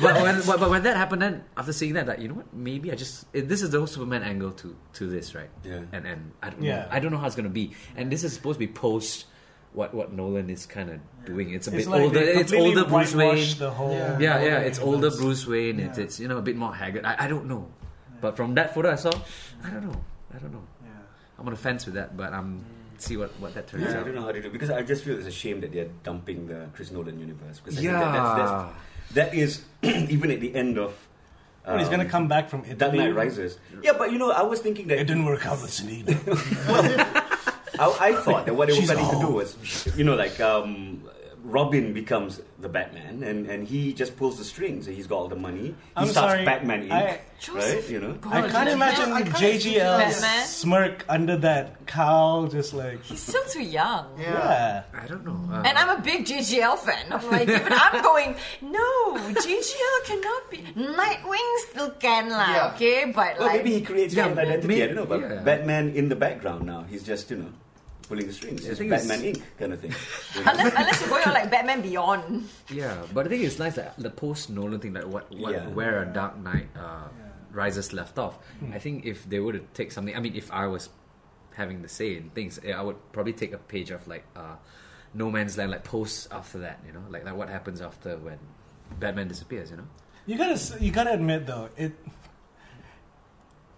But when, but, but when that happened, then after seeing that, like, you know what? Maybe I just it, this is the whole Superman angle to to this, right?
Yeah.
And and I don't
Yeah.
know, I don't know how it's gonna be. And this is supposed to be post what what Nolan is kind of doing. It's a bit
like
older.
they
It's
completely
older Bruce Wayne.
whitewash The whole
Yeah.
Yeah, yeah, it's older Bruce Wayne. It's
Yeah.
it's you know a bit more haggard. I, I don't know, but from that photo I saw, I don't know, I don't know.
Yeah.
I'm on the fence with that, but I'm see what what that turns
Mm. Yeah, I
out.
don't know how to do because I just feel it's a shame that they're dumping the Chris Nolan universe because I think
Yeah.
that, that's, that's, that is even at the end of.
But he's
um,
gonna come back from Italy.
Dark Knight Rises. Yeah, but you know, I was thinking
It
that
didn't work out with Selena.
I, I thought that what they were
She's
planning to do
old.
was, you know, like um, Robin becomes the Batman, and, and he just pulls the strings, and he's got all the money. He
I'm
starts
sorry,
Batman Inc.
I-
right? You know,
I can't imagine
I can't
JGL's
Batman.
smirk under that cowl, just like
He's still too young.
yeah.
yeah.
I don't know. Uh,
And I'm a big GGL fan. I'm like, even I'm going, no, GGL cannot be. Nightwing still can, lah,
Yeah.
okay? But
well,
like,
maybe he creates his
Yeah,
own identity.
may-
I don't know, but
yeah.
Batman in the background now. He's just you know pulling the strings.
I
It's
think it's-
Batman Inc. kind of thing. You know?
unless, unless you're going on like Batman Beyond.
Yeah, but the thing is, nice that the post Nolan thing, like what, what
Yeah.
where a Dark Knight uh, Rises left off.
Hmm.
I think if they were to take something, I mean, if I was having the say in things, eh, I would probably take a page of like uh, No Man's Land, like posts after that, you know, like like what happens after when Batman disappears, you know.
You gotta, s- you gotta admit though, it.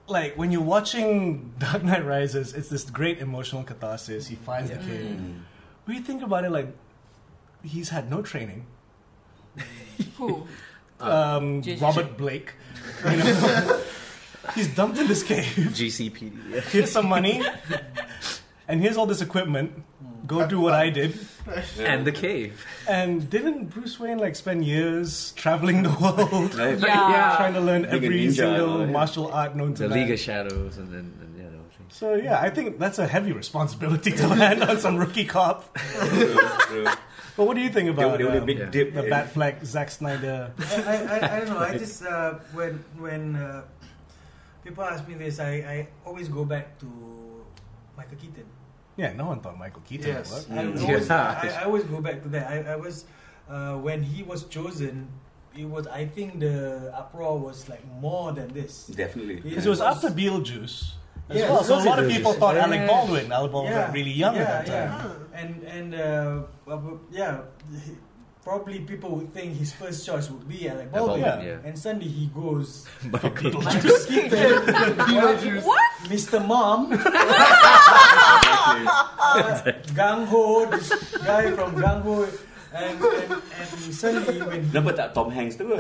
Like when you're watching Dark Knight Rises, it's this great emotional catharsis. He finds the kid.
Mm.
Mm.
When you think about it, like he's had no training.
Who?
Um,
J- J-
Robert Blake, you know, he's dumped in this cave.
GCPD.
Here's some money, and here's all this equipment. Go do what I did.
And the cave.
And didn't Bruce Wayne like spend years traveling the world?
Right?
Yeah.
trying to learn
Being a
every
ninja,
single
yeah.
martial art known to
The
man.
League of Shadows, and then and, yeah, the whole thing.
So yeah, I think that's a heavy responsibility to land on some rookie cop.
True, true.
But what do you think
They
about
only- they only
um,
big
yeah.
dip
the
in-
Batfleck Zack Snyder?
I, I, I don't know. I just uh, when when uh, people ask me this, I, I always go back to Michael Keaton.
Yeah, no one thought Michael Keaton
Yes,
would work.
I, would
Mm.
always,
Yeah.
I, I always go back to that. I, I was uh, when he was chosen. It was I think the uproar was like more than this.
Definitely.
Yeah.
Because it was after Beetlejuice as
Yeah,
well. So a
because
lot
it
of
was-
people thought
yeah,
Alec
yeah.
Baldwin. Alec Baldwin was like, really young
yeah,
at that time.
yeah. And and uh, well, well, yeah, he- probably people would think his first choice would be Alec Baldwin.
Baldwin,
yeah.
And suddenly he goes
What?
Mr. Mom, Gang Ho, this guy from Gang Ho, and, and, and suddenly when he,
Kenapa tak Tom Hanks tu?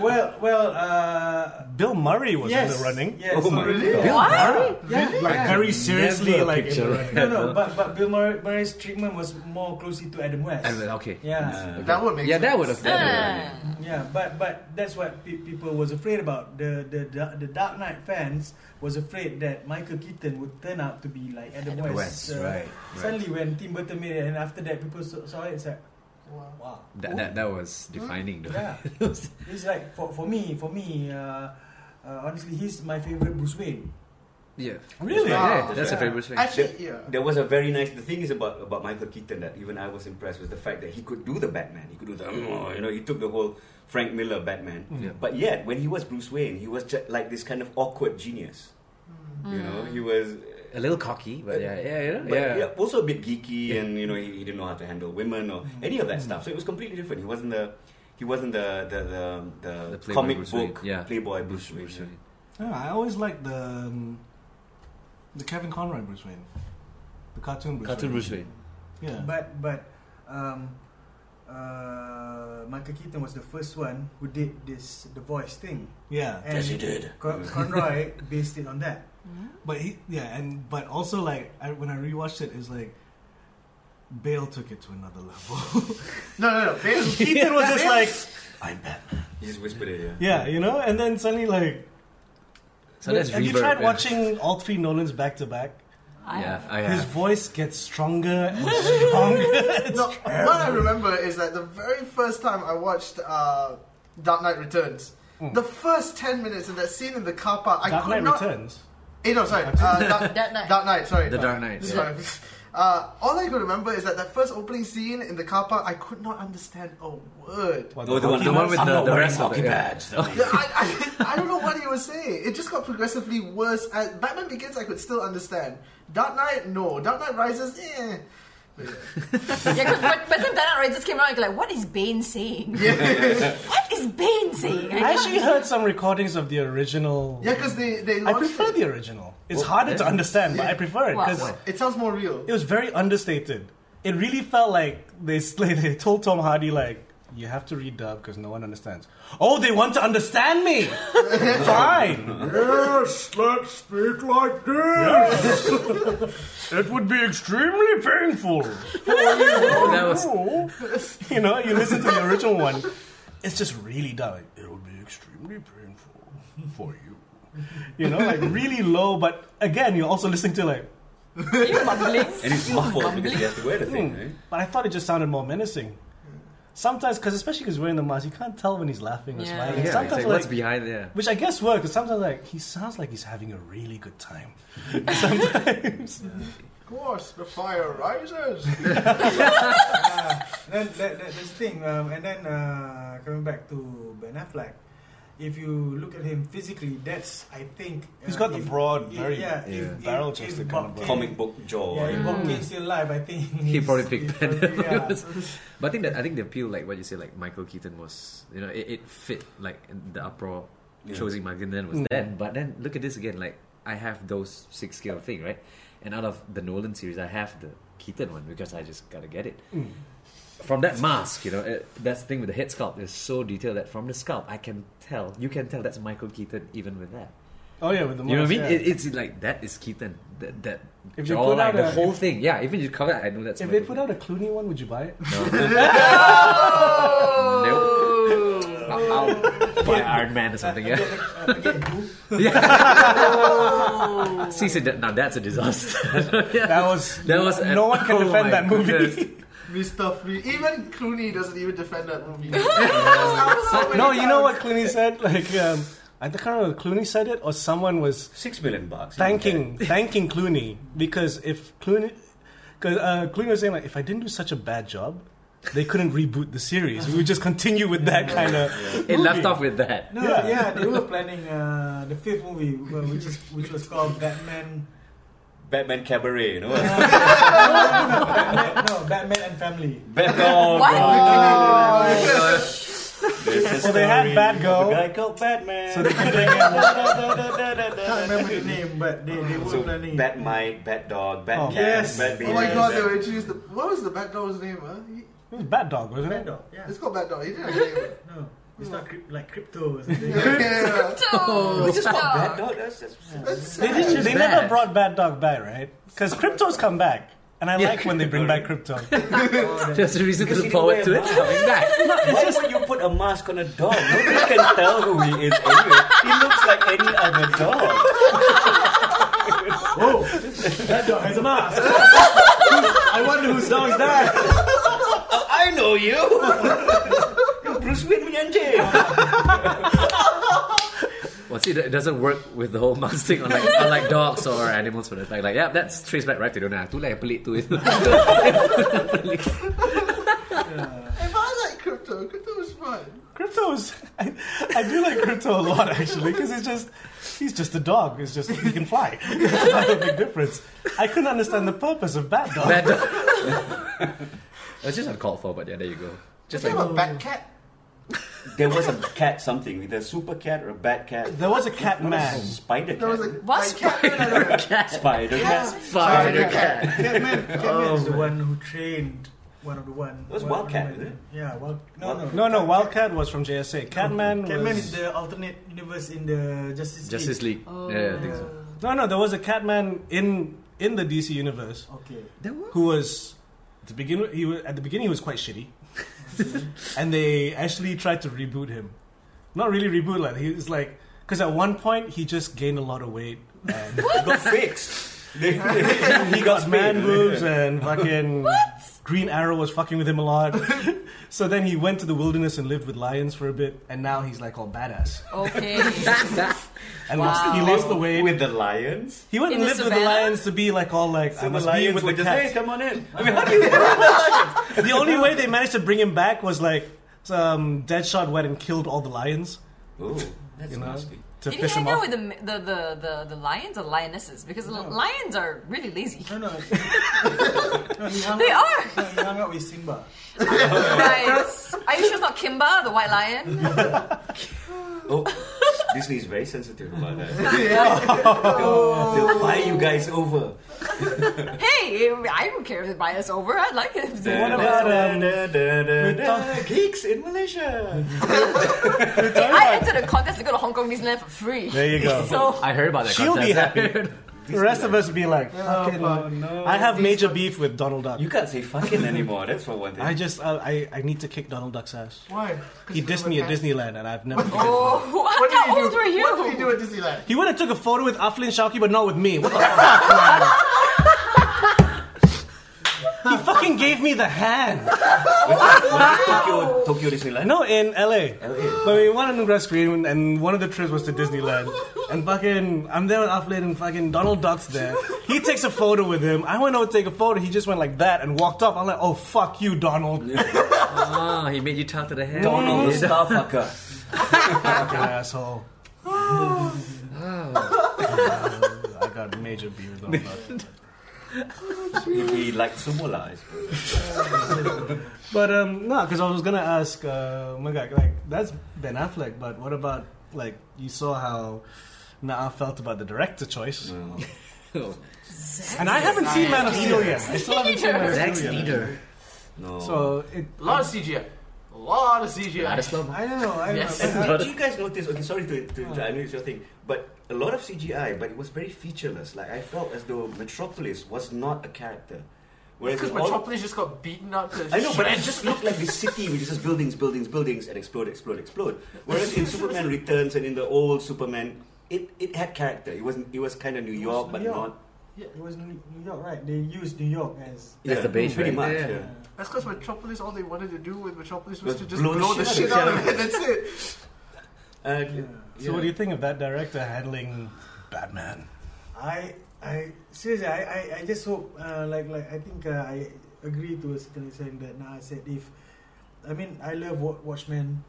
well, well, uh,
Bill Murray was in
yes,
the running.
yes,
Oh my
really?
God.
What?
Yeah,
Like
yeah.
very seriously,
Never
like in the
picture.
running.
No, no, but but Bill Murray, Murray's treatment was more closely to Adam West.
And then, okay.
Yeah,
That would make
Yeah,
sense.
that would have.
Uh,
yeah, but but that's what pe- people was afraid about. The the the- the Dark Knight fans was afraid that Michael Keaton would turn out to be like Adam,
Adam
West.
West,
Uh,
right,
Suddenly, when Tim Burton made it, and after that, people saw, saw it. It's like, wow,
That, that, that was defining, though.
yeah. it's like for for me, for me, uh, uh, honestly, he's my favorite Bruce Wayne.
yeah.
Really?
Yeah,
Wow.
that's a
Yeah.
favorite thing.
Actually, yeah.
There was a very nice. The thing is about about Michael Keaton that even I was impressed was the fact that he could do the Batman. He could do the you know he took the whole Frank Miller Batman.
Mm. Yeah.
But yet when he was Bruce Wayne, he was just like this kind of awkward genius. You know
Mm.
he was.
a little cocky, but yeah, yeah, you know,
But
yeah.
yeah.
Mm.
also a
Mm.
bit geeky, and you know he, he didn't know how to handle women or any of that stuff. So it was completely different. He wasn't the he He wasn't the the the, the,
The Playboy
comic
Bruce Wayne,
book
yeah.
Playboy
Bruce
Bruce
Wayne,
Wayne.
yeah.
I, don't know, I always liked the um, the Kevin Conroy Bruce Wayne, the cartoon Bruce
Cartoon
Wayne.
Bruce Wayne.
Yeah,
But but um, uh, Michael Keaton was the first one who did this the voice thing.
yeah.
And
Yes, he did.
Con- Conroy based it on that.
But he, yeah, and but also like I, when I rewatched it, it's like Bale took it to another level.
No, no, no. Bale,
Keaton was just like,
I'm Batman. He just whispered it. Yeah.
yeah, you know, and then suddenly like.
So that's
have you
reverb,
tried
yeah.
watching all three Nolans back to back?
I
yeah, I
His
have.
voice gets stronger and stronger.
no, what I remember is that the very first time I watched uh, Dark Knight Returns, the first ten minutes in that scene in the car park, I
Dark
could
Knight
not.
Returns.
Eh, no, sorry. Uh, Dark,
Dark Knight.
Dark Knight. Sorry.
The Dark Knight, yeah.
Sorry. Uh, all I could remember is that that first opening scene in the car park, I could not understand a word.
What,
Oh, the one,
hockey
the one
mask?
with
I'm
the-
not
the
wearing
rest of
hockey
it, yeah.
pads.
Yeah, I, I, I don't know what he was saying. It just got progressively worse. As Batman Begins, I could still understand. Dark Knight, no. Dark Knight Rises, eh.
Yeah, because but, but then Dark Knight Rises came around and you're like, what is Bane saying? what is Bane saying?
I actually heard some recordings of the original.
Yeah, because they they
I
launched
prefer
it.
the original. It's harder to understand, but I prefer it
What?
because
What?
It sounds more real.
it was very understated. It really felt like they sl- they told Tom Hardy like you have to redub because no one understands. Oh, they want to understand me. Fine.
Yes, let's speak like this.
It would be extremely painful.
That was
you know, you listen to the original one. It's just really dumb. Like, It'll be extremely painful for you. You know, like really low, but again, you're also listening to like
You mumbling.
And it's muffled because he has to wear the thing. Right?
But I thought it just sounded more menacing. Sometimes, because especially because wearing the mask, you can't tell when he's laughing or
Yeah.
smiling.
yeah. it's
sometimes,
like,
like,
what's behind there?
which I guess works. Because sometimes, like he sounds like he's having a really good time. sometimes,
Of course, the fire rises.
Then Ah, that, that, that's the thing. Um, and then uh, coming back to Ben Affleck, if you look at him physically, that's I think uh,
He's got the broad, very
yeah,
yeah,
if- if-
barrel-chested
if
kind of
Bob
broad.
Kane-
Comic book jaw.
Yeah, if
Yeah.
Bob Kane's still alive, I think
He
he's-
probably picked
he
Ben.
probably- yeah.
But I think that I think the appeal, like what you say, like Michael Keaton was, you know, it, it fit like the uproar
Yeah.
choosing Michael Keaton
Mm.
was then. But then look at this again, like I have those six scale thing, right? And out of the Nolan series, I have the Keaton one because I just gotta get it.
Mm.
From that mask, you know, it, that's the thing with the head sculpt is so detailed that from the scalp, I can tell, you can tell that's Michael Keaton even with that.
oh yeah, with the mask.
You know what I mean?
yeah.
It, it's like that is Keaton. That, that
If you
jaw,
put
like
out
the
a-
whole thing. Yeah, even you cover it, I know that's.
if they
Michael
put out a Clooney one, would you buy it?
Nope. I'll buy Iron Man or something. Yeah. yeah. See, so that, now that's a disaster. yeah.
That was
That was
no one can
oh my
defend that
goodness.
movie.
Mr. Free. Even Clooney doesn't even defend that movie.
no, you know what Clooney said? Like, um, I can't remember. if Clooney said it, or someone was
Six million bucks.
thanking thanking Clooney because if Clooney, because uh, Clooney was saying like if I didn't do such a bad job, they couldn't reboot the series. We would just continue with that kind of.
It left off with that.
No,
Yeah.
yeah. they were planning uh, the fifth movie, uh, which is which was called Batman.
Batman Cabaret. You know.
Batman no, Batman and Family.
Batman.
What?
Oh.
There's a
So they had
story
Batgirl.
of a guy called Batman.
So they couldn't
Can't remember the name, but they, they were
So
planning.
Bat Mike, Bat Dog, Bat
Oh.
Cat,
Yes.
Bat
Oh my
Baby,
god,
Bat-
they were introduced. The, what was the Bat Dog's name? Huh? He,
It was Bad Dog, wasn't it?
Randolph, yeah.
it's called Bat Dog. He didn't have a name.
No, it's not crypt, like crypto or something.
Yeah, yeah,
Oh,
It's just called Bat Dog. That's just.
They, did, they
Bad.
never brought Bad Dog back, right? Because Crypto's come back, and I
Yeah.
like when they bring back Crypto.
There's a reason to
Because you didn't
look forward to
wear
it coming back.
Why would you put a mask on a dog? Nobody can tell who he is anyway. He looks like any other dog.
that dog has a mask. I wonder whose dog is that.
Oh, I know you. You're Bruce Wayne punya anjing.
Well, see, it doesn't work with the whole mask thing, unlike, unlike dogs or animals for the fact. Like, yeah, that's traced back right to Dona. Tu lah yang pelik tu.
If I like Crypto, Crypto was fun.
Crypto's, I, I do like Crypto a lot actually, because it's just he's just a dog. It's just he can fly. It's not a big difference. I couldn't understand the purpose of Bad Dog.
Bad dog. It's just uncalled for, but yeah, there you go. Just
They
like
have a Bat Cat.
there was a cat something, either a super cat or a bad cat.
There was a cat
What
man.
is Spider cat.
There was a
What's
like, Catman, I don't know.
spider cat.
Spider cat.
Catman, Catman is the one who trained one of the one.
Oh, That's
one of the
Wildcat,
one-
isn't it?
Yeah, Wild. No,
Wild-
no.
No, no, Wildcat was from JSA. Catman
Catman
was.
is the alternate universe in the Justice League.
Justice League. Yeah, I think so.
No, no, there was a Catman in in the DC universe
Okay.
who was to begin with. He was, at the beginning he was quite shitty, and they actually tried to reboot him. Not really reboot, like he was like because at one point he just gained a lot of weight and
It got fixed. They- he got
man
paid.
boobs and fucking Green Arrow was fucking with him a lot. so then he went to the wilderness and lived with lions for a bit, and now he's like all badass
Okay.
and
Wow.
lost, he lost the weight.
with the lions.
He went
In
and
the
lived with the
savannah?
lions to be like all like I
So the
must be
lions
with
were
the
just,
cats.
hey, come on in. I mean, how do you
The only way they managed to bring him back was like um, Deadshot went and killed all the lions
Ooh, that's
You know?
nasty.
to
Did he
piss him
hang out
off.
with the, the, the, the, the lions or lionesses? Because li- lions are really lazy.
No, no. no he hung
They
out,
are!
No, he hung out with Simba.
Nice. Are you sure it's not Kimba, the white lion?
Oh, Disney is very sensitive about that. They'll buy you guys over.
hey, I don't care if they buy us over. I like it. if they
What
buy us
about,
over.
um,
Da, da, da, da,
talk-
geeks in Malaysia?
Hey, I entered a contest to go to Hong Kong Disneyland for free.
There you go.
So,
I heard about that.
She'll be
contest.
happy. The rest of us would be like,
Oh,
fucking.
no.
I have major beef with Donald Duck.
You can't say fucking anymore. That's for one thing.
I just uh, I I need to kick Donald Duck's ass.
Why? 'Cause
He
you
dissed me at
were cat-
Disneyland, and I've never.
oh,
What did
how
you
old
do?
were you?
What did you do at Disneyland?
He would have took a photo with Aflin Shauki, but not with me. What the fuck, man? he fucking gave me the hand.
Tokyo, Tokyo Disneyland.
No, in LA. But we went on the grass screen, and one of the trips was to Disneyland. And fucking, I'm there with Aflin, and fucking Donald Duck's there. He takes a photo with him. I went over to take a photo. He just went like that and walked off. I'm like, oh fuck you, Donald.
Ah, he made you talk to the head.
Donald the Starfucker.
Fucking asshole. Uh, I got major beef with Donald Duck.
He liked sumo lah, I suppose.
But um, no, because I was gonna ask, uh, my guy, like that's Ben Affleck, but what about like you saw how Naa felt about the director choice,
Oh,
and I haven't seen Man of Steel yet. I still haven't seen Man of
Zack
Steel yet.
Snyder.
No.
So it,
A lot of CGI. A lot of CGI.
Ladislav.
I don't know. I don't
Yes.
know.
And uh, do you guys notice? Okay, sorry to, to, I know it's your thing, but a lot of CGI, but it was very featureless. Like I felt as though Metropolis was not a character, whereas
Because
in all-
Metropolis just got beaten up to
I know, but it
shreds.
just looked like this city which is just buildings, buildings, buildings, and explode, explode, explode. Whereas in Superman Returns and in the old Superman, it, it had character. It wasn't. It was kind of New York, but
New York.
not.
It was New New York, right? They used New York as.
That's the base,
pretty
right?
much.
Yeah.
Yeah.
That's because Metropolis, all they wanted to do with Metropolis was
Was
to just
blow
blow,
the
the
shit
shit
out
out
of
of it. That's it.
Uh,
so what do you think of that director handling Batman?
I I seriously I, I, I just hope uh, like like I think uh, I agree to a certain extent that now I said if I mean I love Wa- Watchmen.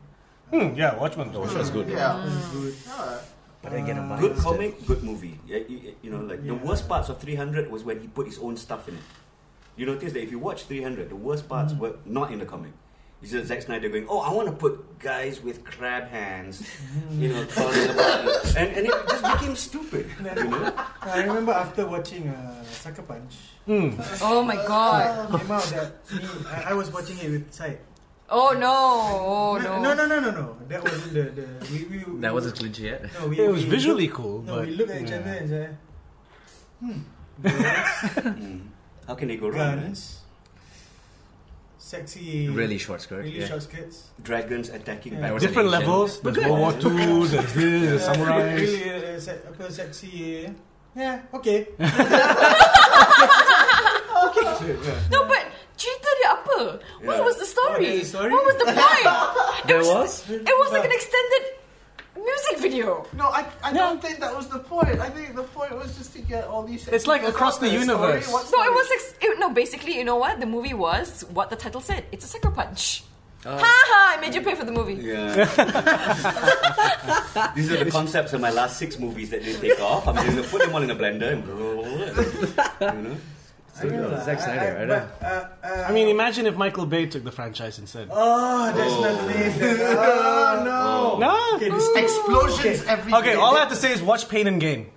Hmm, yeah, Watchmen. Watchmen's good.
Yeah.
It's good.
Yeah.
But I get a
Uh,
bias
Good
there.
comic, good movie. Yeah, you, you know, like the
Yeah.
worst parts of 300 was when he put his own stuff in it. You notice that if you watch 300, the worst
Mm.
parts were not in the comic. It's just Zack Snyder going, "Oh, I want to put guys with crab hands, you know, crawling about," and, and it just became stupid. You know,
I remember after watching uh, Sucker Punch,
Hmm.
oh my god.
it came out that me, I, I was watching it with Sai.
Oh no. Oh no.
no, no, no, no, no. That wasn't the, the we, we, we
That wasn't clinch yet.
No, we,
It was
we
visually
looked-
cool,
No,
but
we looked at each
yeah.
other and said, "Hmm,
Mm. how can they go wrong? right?
guns, sexy,
Really short skirt.
really
yeah.
short skirts.
Dragons attacking
Yeah.
back.
was
Different
an Asian.
levels. There's World War Two. There's this. There's
Yeah,
samurais.
Really, uh, se- apa, sexy. Yeah, okay.
No, but cerita dia apa? What
Yeah.
was the story?
What is the story?
What was the point?
There was.
it was like an extended music video.
No, I, I don't think that was the point. I think the point was just to get all these.
It's like
because
across
after
the
a
universe.
Story, what's
No,
the-
it was ex- it, no. Basically, you know what? The movie was what the title said. It's a sucker punch. Ha ha! I made you pay for the movie.
Yeah. These are the concepts of my last six movies that didn't take off. I'm just gonna put them all in a blender and blah, blah, blah, blah. you know.
So you know, Zack Snyder, I, don't.
but, uh, uh,
I mean, imagine if Michael Bay took the franchise instead.
oh, that's not Ah, the
Oh no!
no.
Okay, this
Explosions everywhere.
Okay, all I have to say is watch Pain and Gain.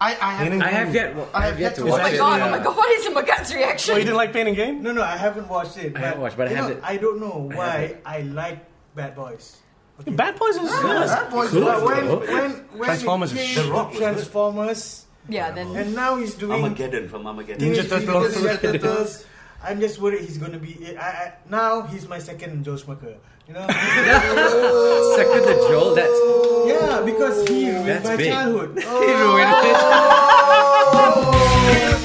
I, I have.
I have yet, I have yet to
Oh
watch
my
it.
god,
Yeah.
oh my god, what is Magat's
Oh, you
reaction?
didn't like Pain and Gain?
No, no, I haven't watched it.
I
But,
haven't watched, but I
you
have
know,
it.
I don't know
I have
why
it.
I, like Bad Boys. Okay.
Bad Boys is
That boy's
Cool.
good.
But when,
though.
when, when
Transformers
it
is
came
shit.
to
The Rock was good.
Transformers,
Yeah, then.
and now he's doing
Armageddon from Armageddon.
Ninja
Teenage Mutant
Turtles.
Ninja Turtles. I'm just worried he's gonna be. I, I, now he's my second Joe Smucker. You know?
Second the Joel, that's
yeah, because he ruined
That's
my
big.
childhood.
he ruined it.